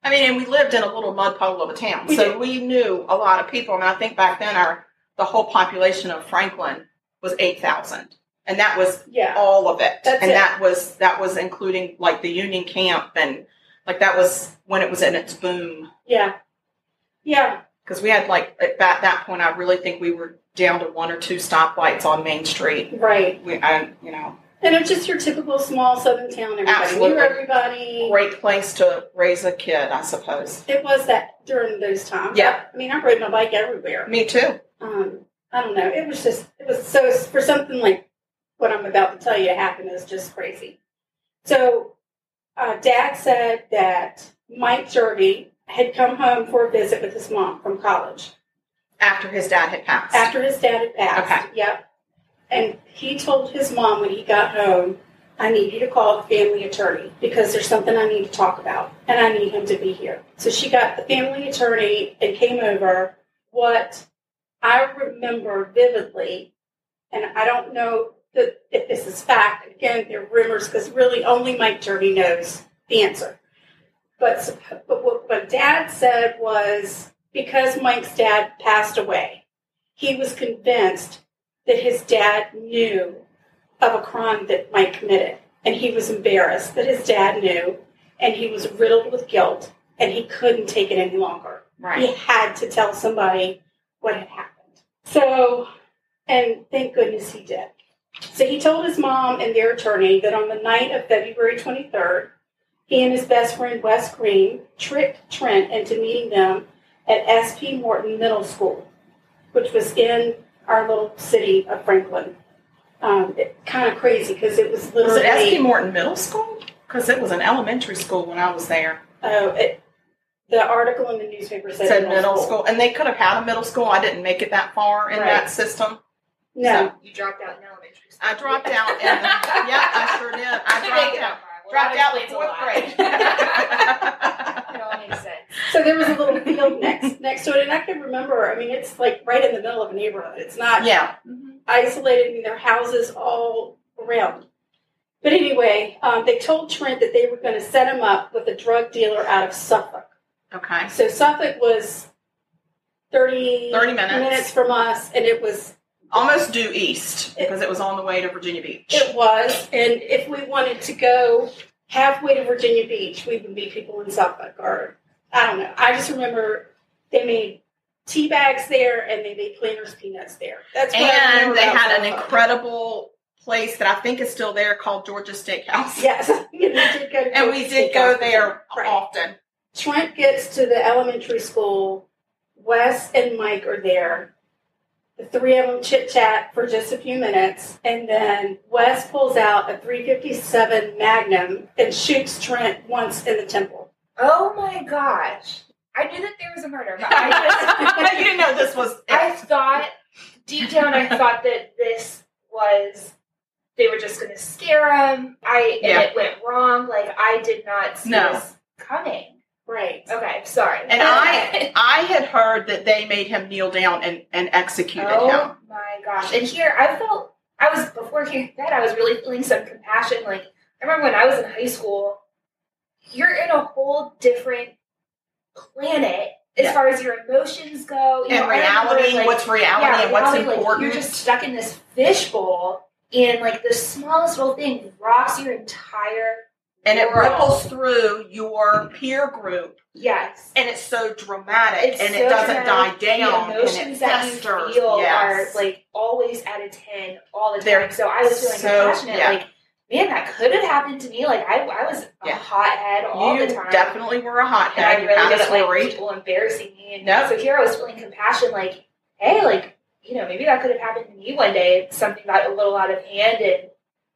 A: I mean, and we lived in a little mud puddle of a town,
B: We
A: so
B: did.
A: we knew a lot of people. And I think back then, our the whole population of Franklin was eight thousand, and that was
B: Yeah,
A: all of it.
B: That's
A: and
B: it.
A: that was that was including like the Union Camp and like that was when it was in its boom
B: yeah, yeah.
A: because we had like at that, that point, I really think we were down to one or two stoplights on Main Street.
B: Right,
A: We, I, you know,
B: and it's just your typical small southern town. Everybody
A: Absolutely.
B: knew everybody.
A: great place to raise a kid, I suppose.
B: It was that during those times.
A: Yeah.
B: I mean, I rode my bike everywhere.
A: Me too.
B: Um, I don't know. It was just, it was so, for something like what I'm about to tell you to happen is just crazy. So, uh, dad said that Mike Jervy had come home for a visit with his mom from college
A: After his dad had passed,
B: after his dad had passed. Yep. And he told his mom when he got home, I need you to call the family attorney because there's something I need to talk about and I need him to be here. So she got the family attorney and came over. What I remember vividly, and I don't know that if this is fact, again, they're rumors because really only Mike Derby knows the answer. But, supp- but what, what dad said was because Mike's dad passed away, he was convinced that his dad knew of a crime that Mike committed, and he was embarrassed that his dad knew, and he was riddled with guilt, and he couldn't take it any longer.
A: right?
B: He had to tell somebody what had happened. So, and thank goodness he did. So he told his mom and their attorney that on the night of February 23rd, he and his best friend Wes Green tricked Trent into meeting them at S.P. Morton Middle School, which was in our little city of Franklin. Um, it, kind of crazy because it was
A: Was
B: literally
A: it S.P. Morton Middle School? Because it was an elementary school when I was there.
B: oh, it, the article in the newspaper
A: It
B: said,
A: said middle school. And they could have had a middle school. I didn't make it that far in
B: Right.
A: that system.
B: No,
C: You dropped out in elementary school.
A: I dropped out. In the, yeah, I sure did. I
C: They
A: dropped
C: make it
A: out.
C: up, Marla.
A: Dropped
C: That
A: out in
C: explains a
A: fourth
C: lot.
A: grade.
C: it all makes sense.
B: So there was a little field next next to it, and I can remember. I mean, it's like right in the middle of a neighborhood. It's not
A: yeah.
B: isolated. I mean, there are houses all around. But anyway, um, they told Trent that they were going to set him up with a drug dealer out of Suffolk.
A: Okay.
B: So Suffolk was 30,
A: 30 minutes.
B: from us, and it was
A: Almost due east
B: It-
A: because it was on the way to Virginia Beach.
B: it was. And if we wanted to go halfway to Virginia Beach, we would meet people in Suffolk, or I don't know. I just remember they made tea bags there, and they made planters peanuts there. That's what I remember
A: and they
B: about
A: had an
B: Suffolk.
A: incredible place that I think is still there called Georgia Steakhouse.
B: Yes, and we did go. to
A: And we did go there
B: Right.
A: often.
B: Trent gets to the elementary school. Wes and Mike are there. The three of them chit chat for just a few minutes, and then Wes pulls out a 357 Magnum and shoots Trent once in the temple.
C: Oh my gosh. I knew that there was a murder, but I just
A: you didn't know this was it.
C: I thought deep down I thought that this was they were just gonna scare him. I and
A: Yeah.
C: it went wrong. Like I did not see
A: No.
C: this coming.
B: Right.
C: Okay, sorry.
A: And I I had heard that they made him kneel down and, and executed him.
C: Oh my gosh. And here I felt I was before hearing that I was really feeling some compassion. Like I remember when I was in high school, you're in a whole different planet as
A: Yeah.
C: far as your emotions go.
A: And
C: You know, I remember,
A: reality,
C: Oh, like-
A: what's reality
C: yeah,
A: and what's
C: reality, like,
A: important.
C: you're just stuck in this fishbowl and like the smallest little thing rocks your entire
A: and it
C: world.
A: ripples through your peer group
C: Yes.
A: and it's so dramatic
C: It's
A: and
C: so
A: it doesn't
C: dramatic.
A: die down and
C: the
A: it
C: emotions that you
A: festers.
C: feel
A: yes.
C: are like always at a ten all the time.
A: They're
C: so I was feeling
A: so-
C: compassionate,
A: yeah.
C: like, man, that could have happened to me. Like I, I was a
A: Yeah.
C: hothead all
A: you
C: the time.
A: definitely were a
C: and I
A: hothead. You
C: really
A: had a
C: didn't like
A: story.
C: people embarrassing me. And
A: No.
C: so here I was feeling compassion, like, hey, like, you know, maybe that could have happened to me one day. Something got a little out of hand and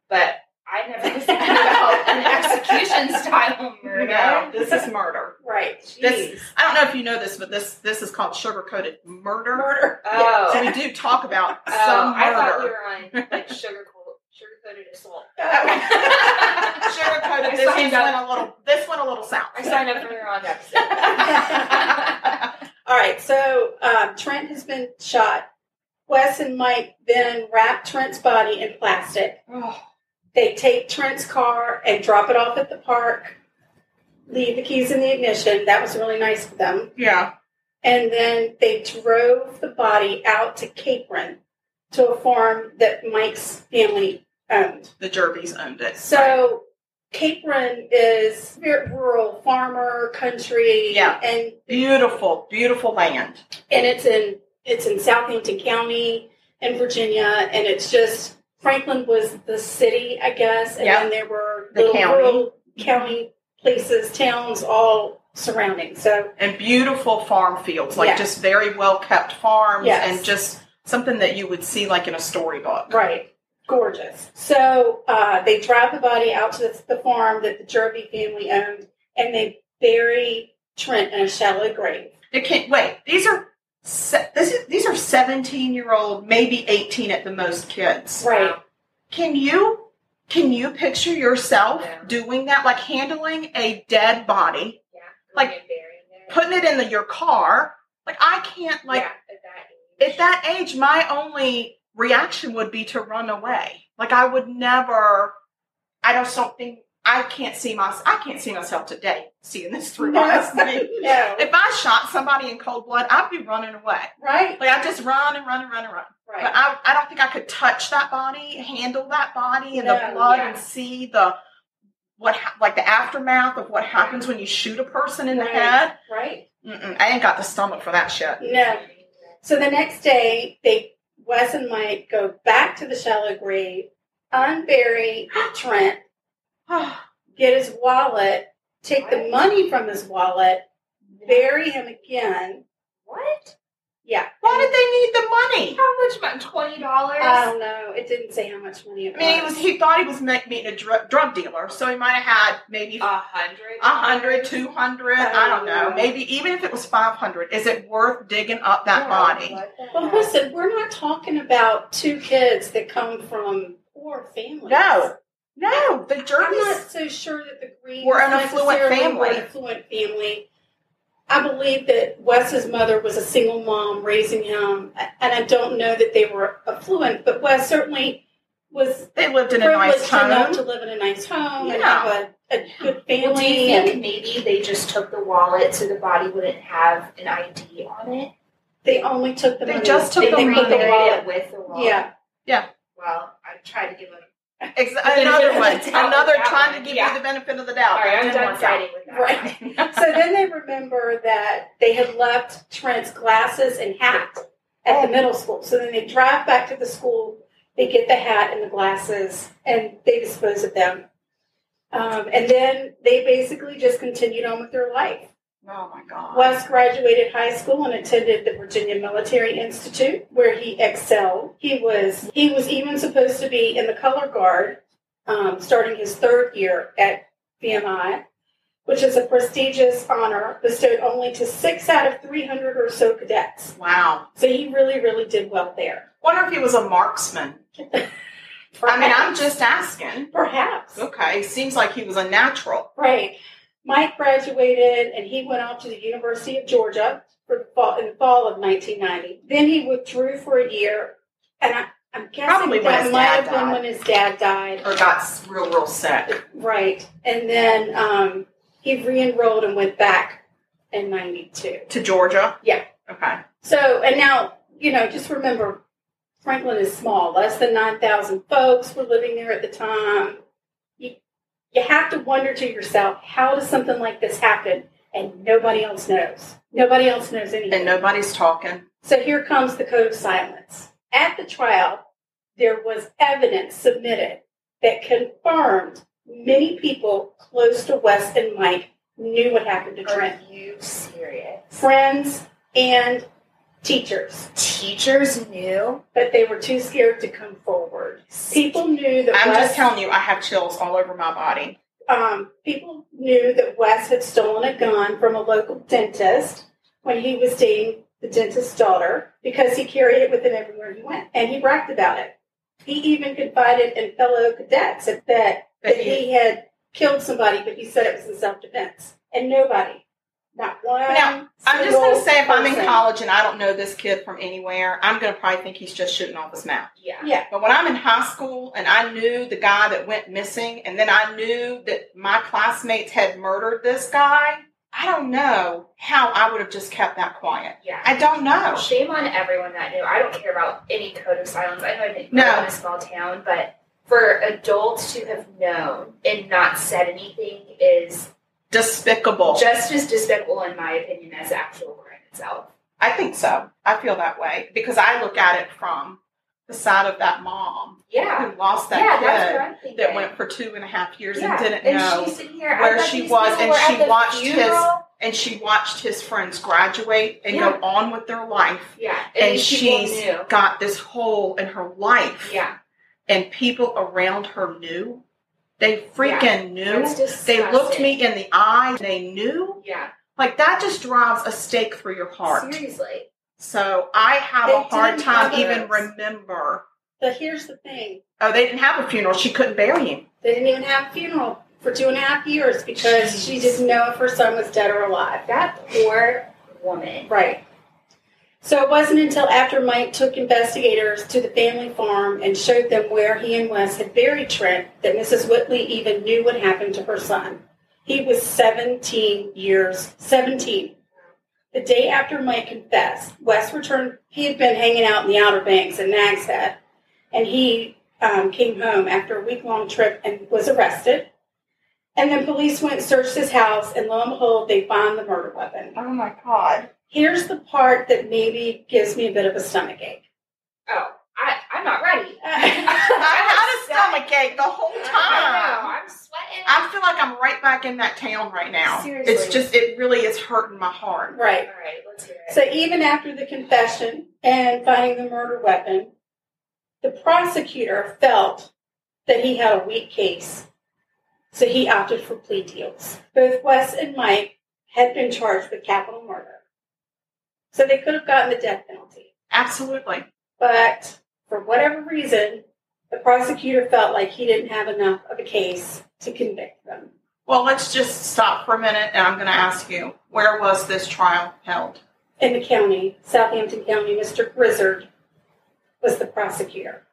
C: but I never was thinking about an execution style murder.
A: No, this is murder.
B: Right.
A: This-
C: Jeez.
A: I don't know if you know this, but this this is called sugar coated murder. Murder.
C: Oh.
A: So we do talk about
C: Oh,
A: some
C: I thought we
A: murder.
C: were on like sugar coat, sugar coated assault.
A: sugar coated.
C: I
A: This
C: signed
A: one went
C: up.
A: a little. This went a little south.
C: I signed up for the wrong episode.
B: All right. So um, Trent has been shot. Wes and Mike then wrap Trent's body in plastic. They take Trent's car and drop it off at the park. Leave the keys in the ignition. That was really nice of them.
A: yeah.
B: and then they drove the body out to Capron to a farm that Mike's family owned.
A: The Jerbies owned it.
B: So Capron is very rural farmer country,
A: Yeah.
B: and
A: beautiful, beautiful land.
B: and it's in it's in Southampton County in Virginia, and it's just Franklin was the city, I guess, and
A: Yeah.
B: then there were
A: The
B: little
A: county.
B: rural county places, towns, all surrounding. So
A: and beautiful farm fields, like
B: Yes.
A: just very well kept farms
B: Yes.
A: and just something that you would see like in a storybook.
B: Right. Gorgeous. So uh, they drive the body out to the, the farm that the Jerby family owned, and they bury Trent in a shallow grave.
A: It can't wait. These are se- this is, these are seventeen year old, maybe eighteen at the most kids.
B: Right.
A: Can you can you picture yourself
C: Yeah.
A: doing that, like handling a dead body,
C: Yeah,
A: Like,
C: going and burying it.
A: putting it in the, your car? Like I can't. Like
C: yeah, at that age.
A: at that age, my only reaction would be to run away. Like I would never. I don't something. I can't see my. I can't see myself today seeing this through my eyes.
B: No.
A: If I shot somebody in cold blood, I'd be running away.
B: Right.
A: Like I just run and run and run and run. But
B: Right.
A: I, I don't think I could touch that body, handle that body, and
B: No,
A: the blood,
C: yeah.
A: and see the what hap- like the aftermath of what happens when you shoot a person in the
B: Right.
A: head.
B: Right.
A: Mm-mm, I ain't got the stomach for that shit.
B: No. So the next day, they Wes and Mike go back to the shallow grave, unbury Trent, get his wallet, take the money from his wallet, bury him again.
C: What?
B: Yeah.
A: Why did they need the money?
C: How much? About twenty dollars.
B: I don't know. It didn't say how much money it
A: I mean, he was he thought he was me- meeting a drug, drug dealer, so he might have had maybe a
C: A hundred.
A: hundred, two hundred. I don't know.
B: Uh, Oh.
A: Maybe even if it was 500, is it worth digging up that
C: Yeah,
A: body?
C: what the
B: Well,
C: heck?
B: listen, we're not talking about two kids that come from poor families.
A: No, no. The
B: I'm
A: Jervis.
B: not so sure that the Greens
A: We're an affluent
B: necessarily were an
A: family.
B: affluent family. I believe that Wes's mother was a single mom raising him, a- and I don't know that they were affluent, but Wes certainly was
A: They lived in a nice
B: privileged enough
A: home.
B: to live in a nice home and
A: Yeah.
B: have a, a good
C: Well, do you
B: family.
C: think
B: and
C: maybe they just took the wallet so the body wouldn't have an ID on it?
B: they only took the
A: They
B: money.
A: just took
B: they
A: the
B: didn't put
A: money.
B: the
C: reburied
B: wallet.
C: it with the wallet.
B: Yeah,
C: Well, I tried to give them.
A: Ex-
C: benefit of
A: another
C: the
A: one.
C: doubt with
A: Another
C: that
A: trying
C: one.
A: to give
C: Yeah.
A: you the benefit of the doubt.
C: All right, I'm
A: Didn't
C: done
A: work out.
C: siding with that.
B: Right. So then they remember that they had left Trent's glasses and hat at the middle school. So then they drive back to the school, they get the hat and the glasses, and they dispose of them. Um, and then they basically just continued on with their life.
A: Oh my god.
B: West graduated high school and attended the Virginia Military Institute, where he excelled. He was he was even supposed to be in the color guard, um, starting his third year at VMI, which is a prestigious honor bestowed only to six out of three hundred or so cadets.
A: Wow.
B: So he really, really did well there.
A: Wonder if he was a marksman. I mean, I'm just asking.
B: perhaps
A: Okay, seems like he was a natural.
B: right. Mike graduated and he went off to the University of Georgia for the fall, in the fall of 1990. Then he withdrew for a year, and I, I'm guessing
A: Probably when
B: that
A: his
B: might
A: dad
B: have been
A: died.
B: when his dad died.
A: Or got s- real, real sick.
B: Right. And then um, he re enrolled and went back in 92.
A: To Georgia?
B: Yeah.
A: Okay.
B: So, and now, you know, just remember Franklin is small, less than 9,000 folks were living there at the time. You, you have to wonder to yourself, how does something like this happen? And nobody else knows. Nobody else knows anything.
A: And nobody's talking.
B: So here comes the code of silence. At the trial, there was evidence submitted that confirmed many people close to Wes and Mike knew what happened to
C: Are
B: Trent.
C: you serious?
B: Friends and teachers,
C: Teachers knew.
B: but they were too scared to come forward. People knew that
A: I'm
B: Wes,
A: just telling you, I have chills all over my body.
B: um, people knew that Wes had stolen a gun from a local dentist when he was dating the dentist's daughter because he carried it with him everywhere he went, and he bragged about it. He even confided in fellow cadets at that that he had killed somebody, but he said it was in self-defense, and nobody, not one.
A: Now, I'm just going to
B: single
A: say, if I'm in
B: person-
A: college and I don't know this kid from anywhere, I'm going to probably think he's just shooting off his mouth.
C: Yeah.
A: But when I'm in high school and I knew the guy that went missing, and then I knew that my classmates had murdered this guy, I don't know how I would have just kept that quiet.
C: Yeah.
A: I don't know.
C: Shame on everyone that knew. I don't care about any code of silence. I know I didn't
A: No.
C: grow up in a small town, but for adults to have known and not said anything is
A: Despicable.
C: just as despicable, in my opinion, as the actual crime itself.
A: I think so. I feel that way because I look at it from the side of that mom
C: Yeah.
A: who lost that
C: yeah, that's
A: kid
C: what I'm thinking.
A: that went for two and a half years
C: yeah.
A: and didn't
C: and
A: know.
C: she's sitting here, I
A: where
C: thought
A: she
C: these
A: was,
C: people
A: and
C: were
A: she
C: at the
A: watched his-
C: funeral.
A: and she watched his friends graduate and
C: Yeah.
A: go on with their life.
C: Yeah,
A: And,
C: these people
A: she's
C: knew.
A: got this hole in her life.
C: Yeah,
A: and people around her knew. They freaking
C: it's
A: knew. They looked
C: disgusting.
A: me in the eye. They knew.
C: Yeah,
A: Like that just drives a stake through your heart.
C: seriously.
A: So I have a
B: They
A: hard
B: didn't
A: time
B: have
A: even
B: those.
A: remember.
B: But here's the thing:
A: Oh, they didn't have a funeral. She couldn't bury him.
B: they didn't even have a funeral for two and a half years because she
C: Jeez.
B: didn't know if her son was dead or alive.
C: That poor woman.
B: Right. So it wasn't until after Mike took investigators to the family farm and showed them where he and Wes had buried Trent that Mrs. Whitley even knew what happened to her son. He was 17 years, 17. The day after Mike confessed, Wes returned. He had been hanging out in the Outer Banks in Nags Head, and he um, came home after a week long trip and was arrested. And then police went and searched his house, and lo and behold, they find the murder weapon.
A: Oh my God.
B: Here's the part that maybe gives me a bit of a stomach ache.
C: Oh, I, I'm not ready.
A: I had a stomachache the whole
C: I know.
A: time.
C: I'm sweating.
A: I feel like I'm right back in that town right now. It's
C: Seriously.
A: just, it really is hurting my heart.
C: All
B: right.
C: right, let's hear it.
B: So even after the confession and finding the murder weapon, the prosecutor felt that he had a weak case, so he opted for plea deals. Both Wes and Mike had been charged with capital murder, so they could have gotten the death penalty.
A: Absolutely.
B: But for whatever reason, the prosecutor felt like he didn't have enough of a case to convict them.
A: Well, let's just stop for a minute and I'm going to ask you where was this trial held?
B: in the county, Southampton County, Mr. Grizzard was the prosecutor.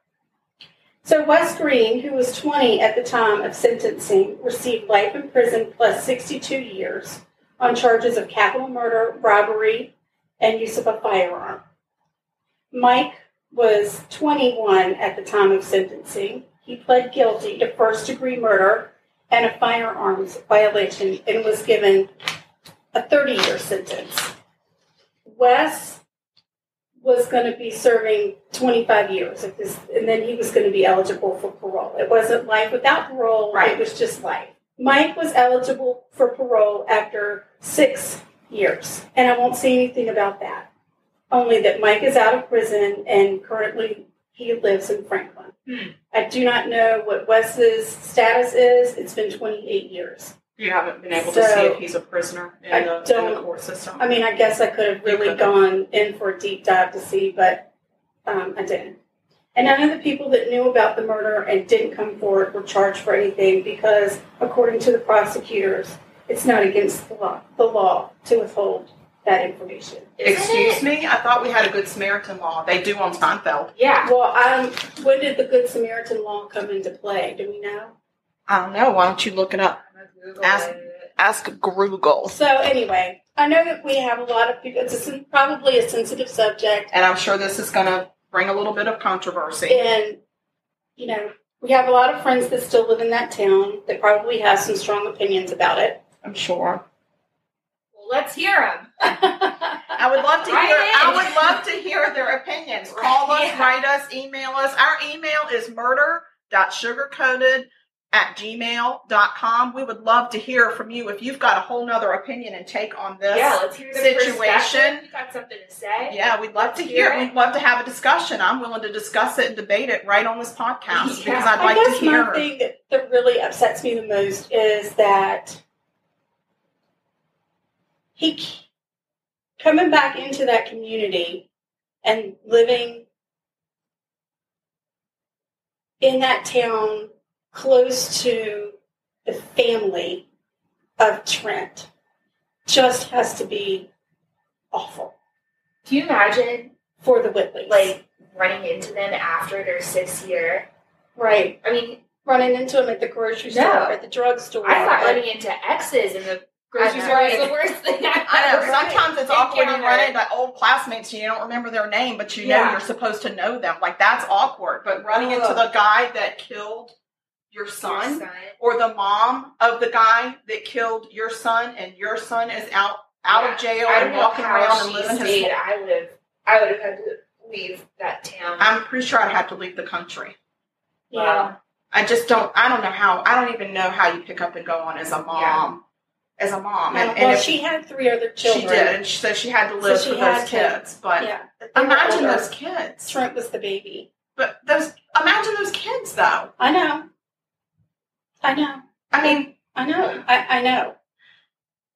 B: So Wes Green, who was 20 at the time of sentencing, received life in prison plus 62 years on charges of capital murder, robbery, and use of a firearm. Mike was 21 at the time of sentencing. He pled guilty to first degree murder and a firearms violation and was given a 30 year sentence. Wes was going to be serving 25 years of his, and then he was going to be eligible for parole. It wasn't life without parole,
A: Right.
B: it was just life. Mike was eligible for parole after six years, and I won't say anything about that. Only that Mike is out of prison and currently he lives in Franklin.
A: Hmm.
B: I do not know what Wes's status is. It's been 28 years.
A: You haven't been able to
B: So-
A: see if he's a prisoner in,
B: I
A: the, in the
B: don't-
A: court system.
B: I mean, I guess I could have really
A: could've.
B: gone in for a deep dive to see, but um, I didn't. And none of the people that knew about the murder and didn't come forward were charged for anything because, according to the prosecutors, it's not against the law, the law to withhold that information.
A: Excuse me? I thought we had a Good Samaritan law. They do on Seinfeld.
C: Yeah.
B: Well, um, when did the Good Samaritan law come into play? Do we know?
A: I don't know. Why don't you look it up? Ask- Ask Grugel.
B: So anyway, I know that we have a lot of people. It's a, sen- probably a sensitive subject,
A: And I'm sure this is going to bring a little bit of controversy.
B: and you know we have a lot of friends that still live in that town that probably have some strong opinions about it.
A: I'm sure.
C: Well, let's hear them.
A: I would love to hear.
C: Write in.
A: I would love to hear their opinions. Call us,
C: Yeah.
A: write us, email us. Our email is murder.sugarcoated at gmail.com. We would love to hear from you if you've got a whole nother opinion and take on this.
C: yeah, let's hear the
A: Situation.
C: perspective. You got something to say?
A: Yeah, we'd love to hear. it. We'd love to have a discussion. I'm willing to discuss it and debate it right on this podcast
C: Yeah.
A: because I'd
B: I
A: like
B: guess
A: to hear.
B: my thing that, that really upsets me the most is that he c- coming back into that community and living in that town close to the family of Trent just has to be awful
C: Do you imagine
B: for the Whitleys.
C: like running into them after their sixth year?
B: right.
C: I mean,
B: Running into him at the grocery
C: No.
B: store, at the drugstore.
C: I thought
B: at-
C: running into exes in the grocery
A: I know.
C: store was the worst thing I've
A: I know
C: ever.
A: sometimes it's awkward when you
C: Encounter.
A: run into old classmates and you don't remember their name, but you know
C: Yeah.
A: you're supposed to know them. Like that's awkward. But running into
B: Ugh.
A: the guy that killed your
C: Your
A: son, or the mom of the guy that killed your son, and your son is out out of jail
C: I don't
A: and
C: know
A: walking
C: how
A: around
C: she
A: and living his.
C: stayed. I would have. I would have had to leave that town.
A: I'm pretty sure I'd have to leave the country.
B: Yeah.
C: Wow.
A: I just don't. I don't know how. I don't even know how you pick up and go on as a mom. As a mom,
B: Um,
A: and, and
B: well,
A: if-
B: she had three other
A: she
B: children.
A: did, and she, so she had to live
B: she
A: with
B: had
A: those
B: to-
A: kids. But
B: Yeah.
A: imagine
B: older.
A: those kids.
B: Trent was the baby.
A: But those, imagine those kids though.
B: I know. I know.
A: I mean,
B: I
A: Hmm.
B: know. I, I know.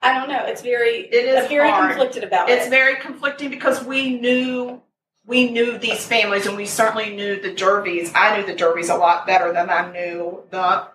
B: I don't know. It's very.
A: It is
B: I'm very
A: hard.
B: conflicted about
A: it's
B: it.
A: very conflicting because we knew we knew these families, and we certainly knew the Derbies. I knew the Derbies a lot better than I knew the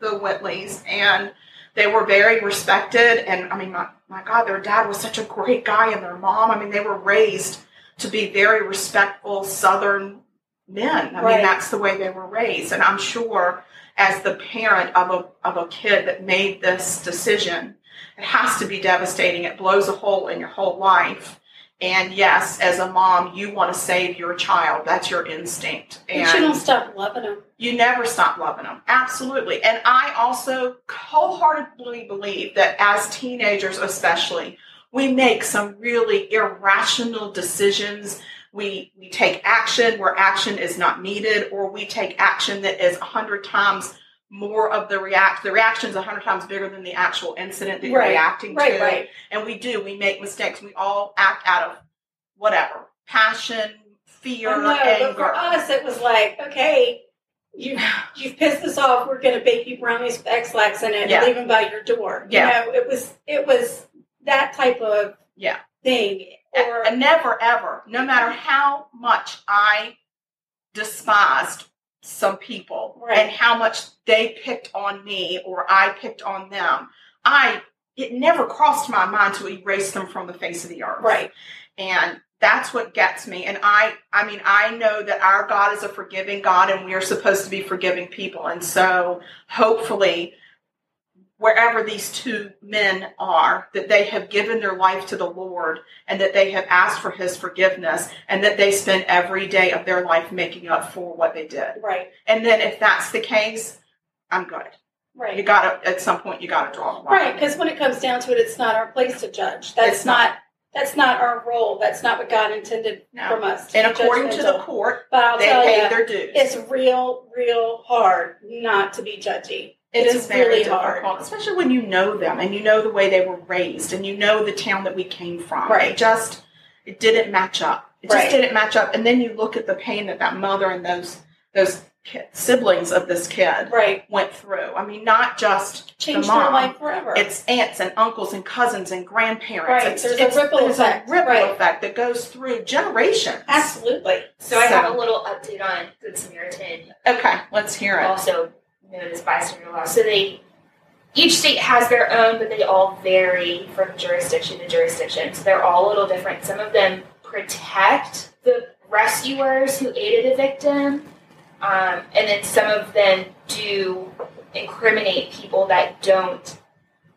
A: the Whitleys, and they were very respected. And I mean, my my God, their dad was such a great guy, and their mom. I mean, they were raised to be very respectful Southern men. I
B: Right.
A: mean, that's the way they were raised, and I'm sure as the parent of a of a kid that made this decision it has to be devastating. It blows a hole in your whole life. And yes, as a mom, you want to save your child. That's your instinct.
B: And she don't
A: And
B: stop loving him.
A: you never stop loving them. Absolutely. And I also wholeheartedly believe that as teenagers, especially, we make some really irrational decisions. We, we take action where action is not needed, or we take action that is 100 times more of the react. The reaction is 100 times bigger than the actual incident that you're
B: Right.
A: reacting
B: Right,
A: to
B: right.
A: and we do we make mistakes we all act out of whatever passion fear
B: I know, but for
A: anger
B: us, it was like, okay, you you've pissed us off. We're gonna bake you brownies with X-Lax in it
A: Yeah.
B: and leave them by your door.
A: Yeah.
B: You know, it was it was that type of
A: Yeah.
B: thing. Or
A: and never ever no matter how much i despised some people
B: Right.
A: and how much they picked on me or i picked on them i it never crossed my mind to erase them from the face of the earth
B: right.
A: and that's what gets me and i i mean i know that our god is a forgiving god and we are supposed to be forgiving people and so hopefully wherever these two men are that they have given their life to the lord and that they have asked for his forgiveness and that they spend every day of their life making up for what they did
B: Right,
A: and then if that's the case i'm good you
B: right.
A: gotta at some point you gotta draw the line
B: Right, because when it comes down to it, it's not our place to judge. That's
A: It's not.
B: not, that's not our role. That's not what God intended
A: No.
B: from us. to
A: and
B: be
A: according to the
B: judgmental.
A: court
B: But I'll
A: they
B: tell
A: paid
B: you,
A: their dues
B: it's real, real hard not to be judgy.
A: It
B: It's
A: is very
B: really
A: difficult,
B: hard.
A: especially when you know them and you know the way they were raised and you know the town that we came from.
B: Right.
A: It just it didn't match up. It
B: Right.
A: just didn't match up. And then you look at the pain that that mother and those those ki siblings of this kid
B: Right,
A: went through. I mean, not just
B: change
A: the
B: their
A: mom.
B: life forever.
A: It's aunts and uncles and cousins and grandparents.
B: Right.
A: It's,
B: There's a
A: it's-
B: ripple
A: there's a
B: effect.
A: ripple
B: Right.
A: effect that goes through generations.
B: Absolutely.
C: So I have
A: So-
C: a little update on Good Samaritan
A: Okay, let's hear it.
C: also known as bystander law. So they each state has their own, but they all vary from jurisdiction to jurisdiction. So they're all a little different. Some of them protect the rescuers who aided a victim, um, and then some of them do incriminate people that don't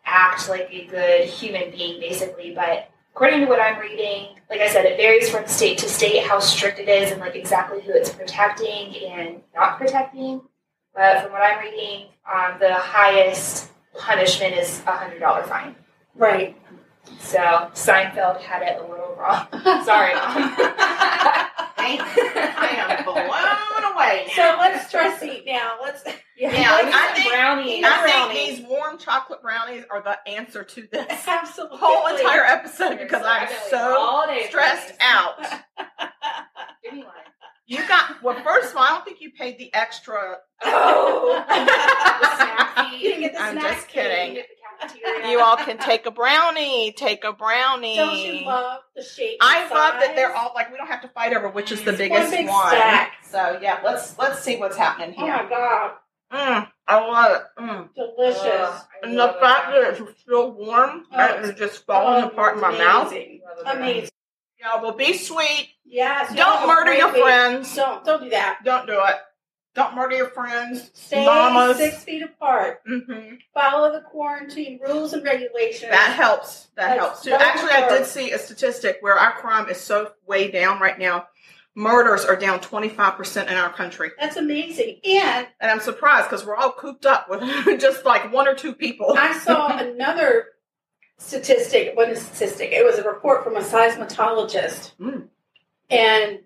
C: act like a good human being, basically. But according to what I'm reading, like I said, it varies from state to state how strict it is and like exactly who it's protecting and not protecting. But from what I'm reading, um, the highest punishment is a hundred dollar fine.
B: Right.
C: So Seinfeld had it a little wrong. Sorry. Mom.
A: I am blown away.
B: So let's stress eat now. Let's.
C: yeah,
A: Yeah,
C: like
A: I
C: some
A: think-
C: brownie.
A: I think these warm chocolate brownies are the answer to this
B: Absolutely.
A: whole entire episode because I'm
C: I've been
A: so
C: all day
A: stressed
C: brownies.
A: out.
C: Give me one.
A: You got well. First of all, I don't think you paid the extra.
C: The snack fee.
B: You can get the
A: Oh. I'm
B: snack
A: just
B: fee.
C: You can
A: kidding.
C: get the cafeteria.
A: You all can take a brownie. Take a brownie.
B: Don't you love the shape?
A: I
B: and
A: love that
B: size?
A: they're all like we don't have to fight over which is the
C: It's
B: One
A: biggest
B: big
A: one.
B: stack.
A: So yeah, let's let's see what's happening
B: Oh
A: here.
B: my god,
A: Mm, I love it. Mm.
B: delicious.
C: Ugh, I
A: And the
C: love a
A: fact
C: brownie.
A: that it's still warm
B: Oh,
A: and it's just falling
B: Oh,
A: apart in my mouth.
B: amazing.
C: Love a brownie.
B: Amazing.
A: Y'all will be sweet.
B: Yes. you have
A: Don't
B: a
A: murder
B: great
A: your
B: week.
A: friends.
B: Don't don't do that.
A: Don't do it. Don't murder your friends.
B: Stay
A: Mamas.
B: six feet apart. Mm-hmm.
A: hmm
B: Follow the quarantine rules and regulations.
A: That helps. That
B: That's
A: helps too.
B: so
A: Actually, I
B: true.
A: did see a statistic where our crime is so way down right now. Murders are down 25% in our country.
B: That's amazing. And
A: And I'm surprised because we're all cooped up with just like one or two people.
B: I saw another statistic. What is statistic? It was a report from a seismologist
A: Mm.
B: and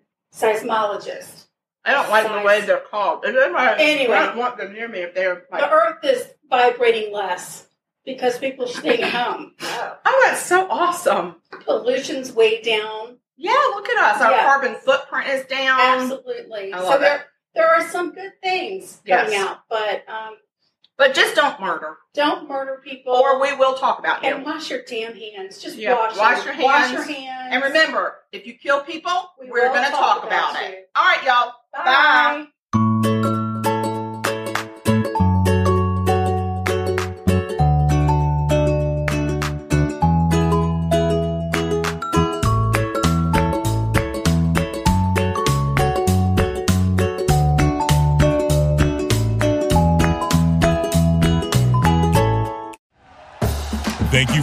B: seismologist.
A: I don't like the way they're called. And then I,
B: Anyway.
A: I don't want them near me if they're
B: The
A: like,
B: Earth is vibrating less because people are staying at home.
A: oh, that's so awesome.
B: Pollution's way down.
A: Yeah, look at us. Our
B: Yeah.
A: carbon footprint is down.
B: Absolutely.
A: I
B: So
A: love
B: there, there are some good things coming
A: Yes.
B: out, but um,
A: But just don't murder,
B: don't murder people.
A: or we will talk about you.
B: and wash your damn hands. Just
A: Yeah,
B: wash,
A: wash
B: them.
A: your hands.
B: Wash your hands.
A: And remember, if you kill people,
B: We
A: we are
B: will
A: going to
B: talk
A: talk about,
B: about
A: it.
B: you.
A: All right, y'all. Bye.
B: Bye.
E: Thank you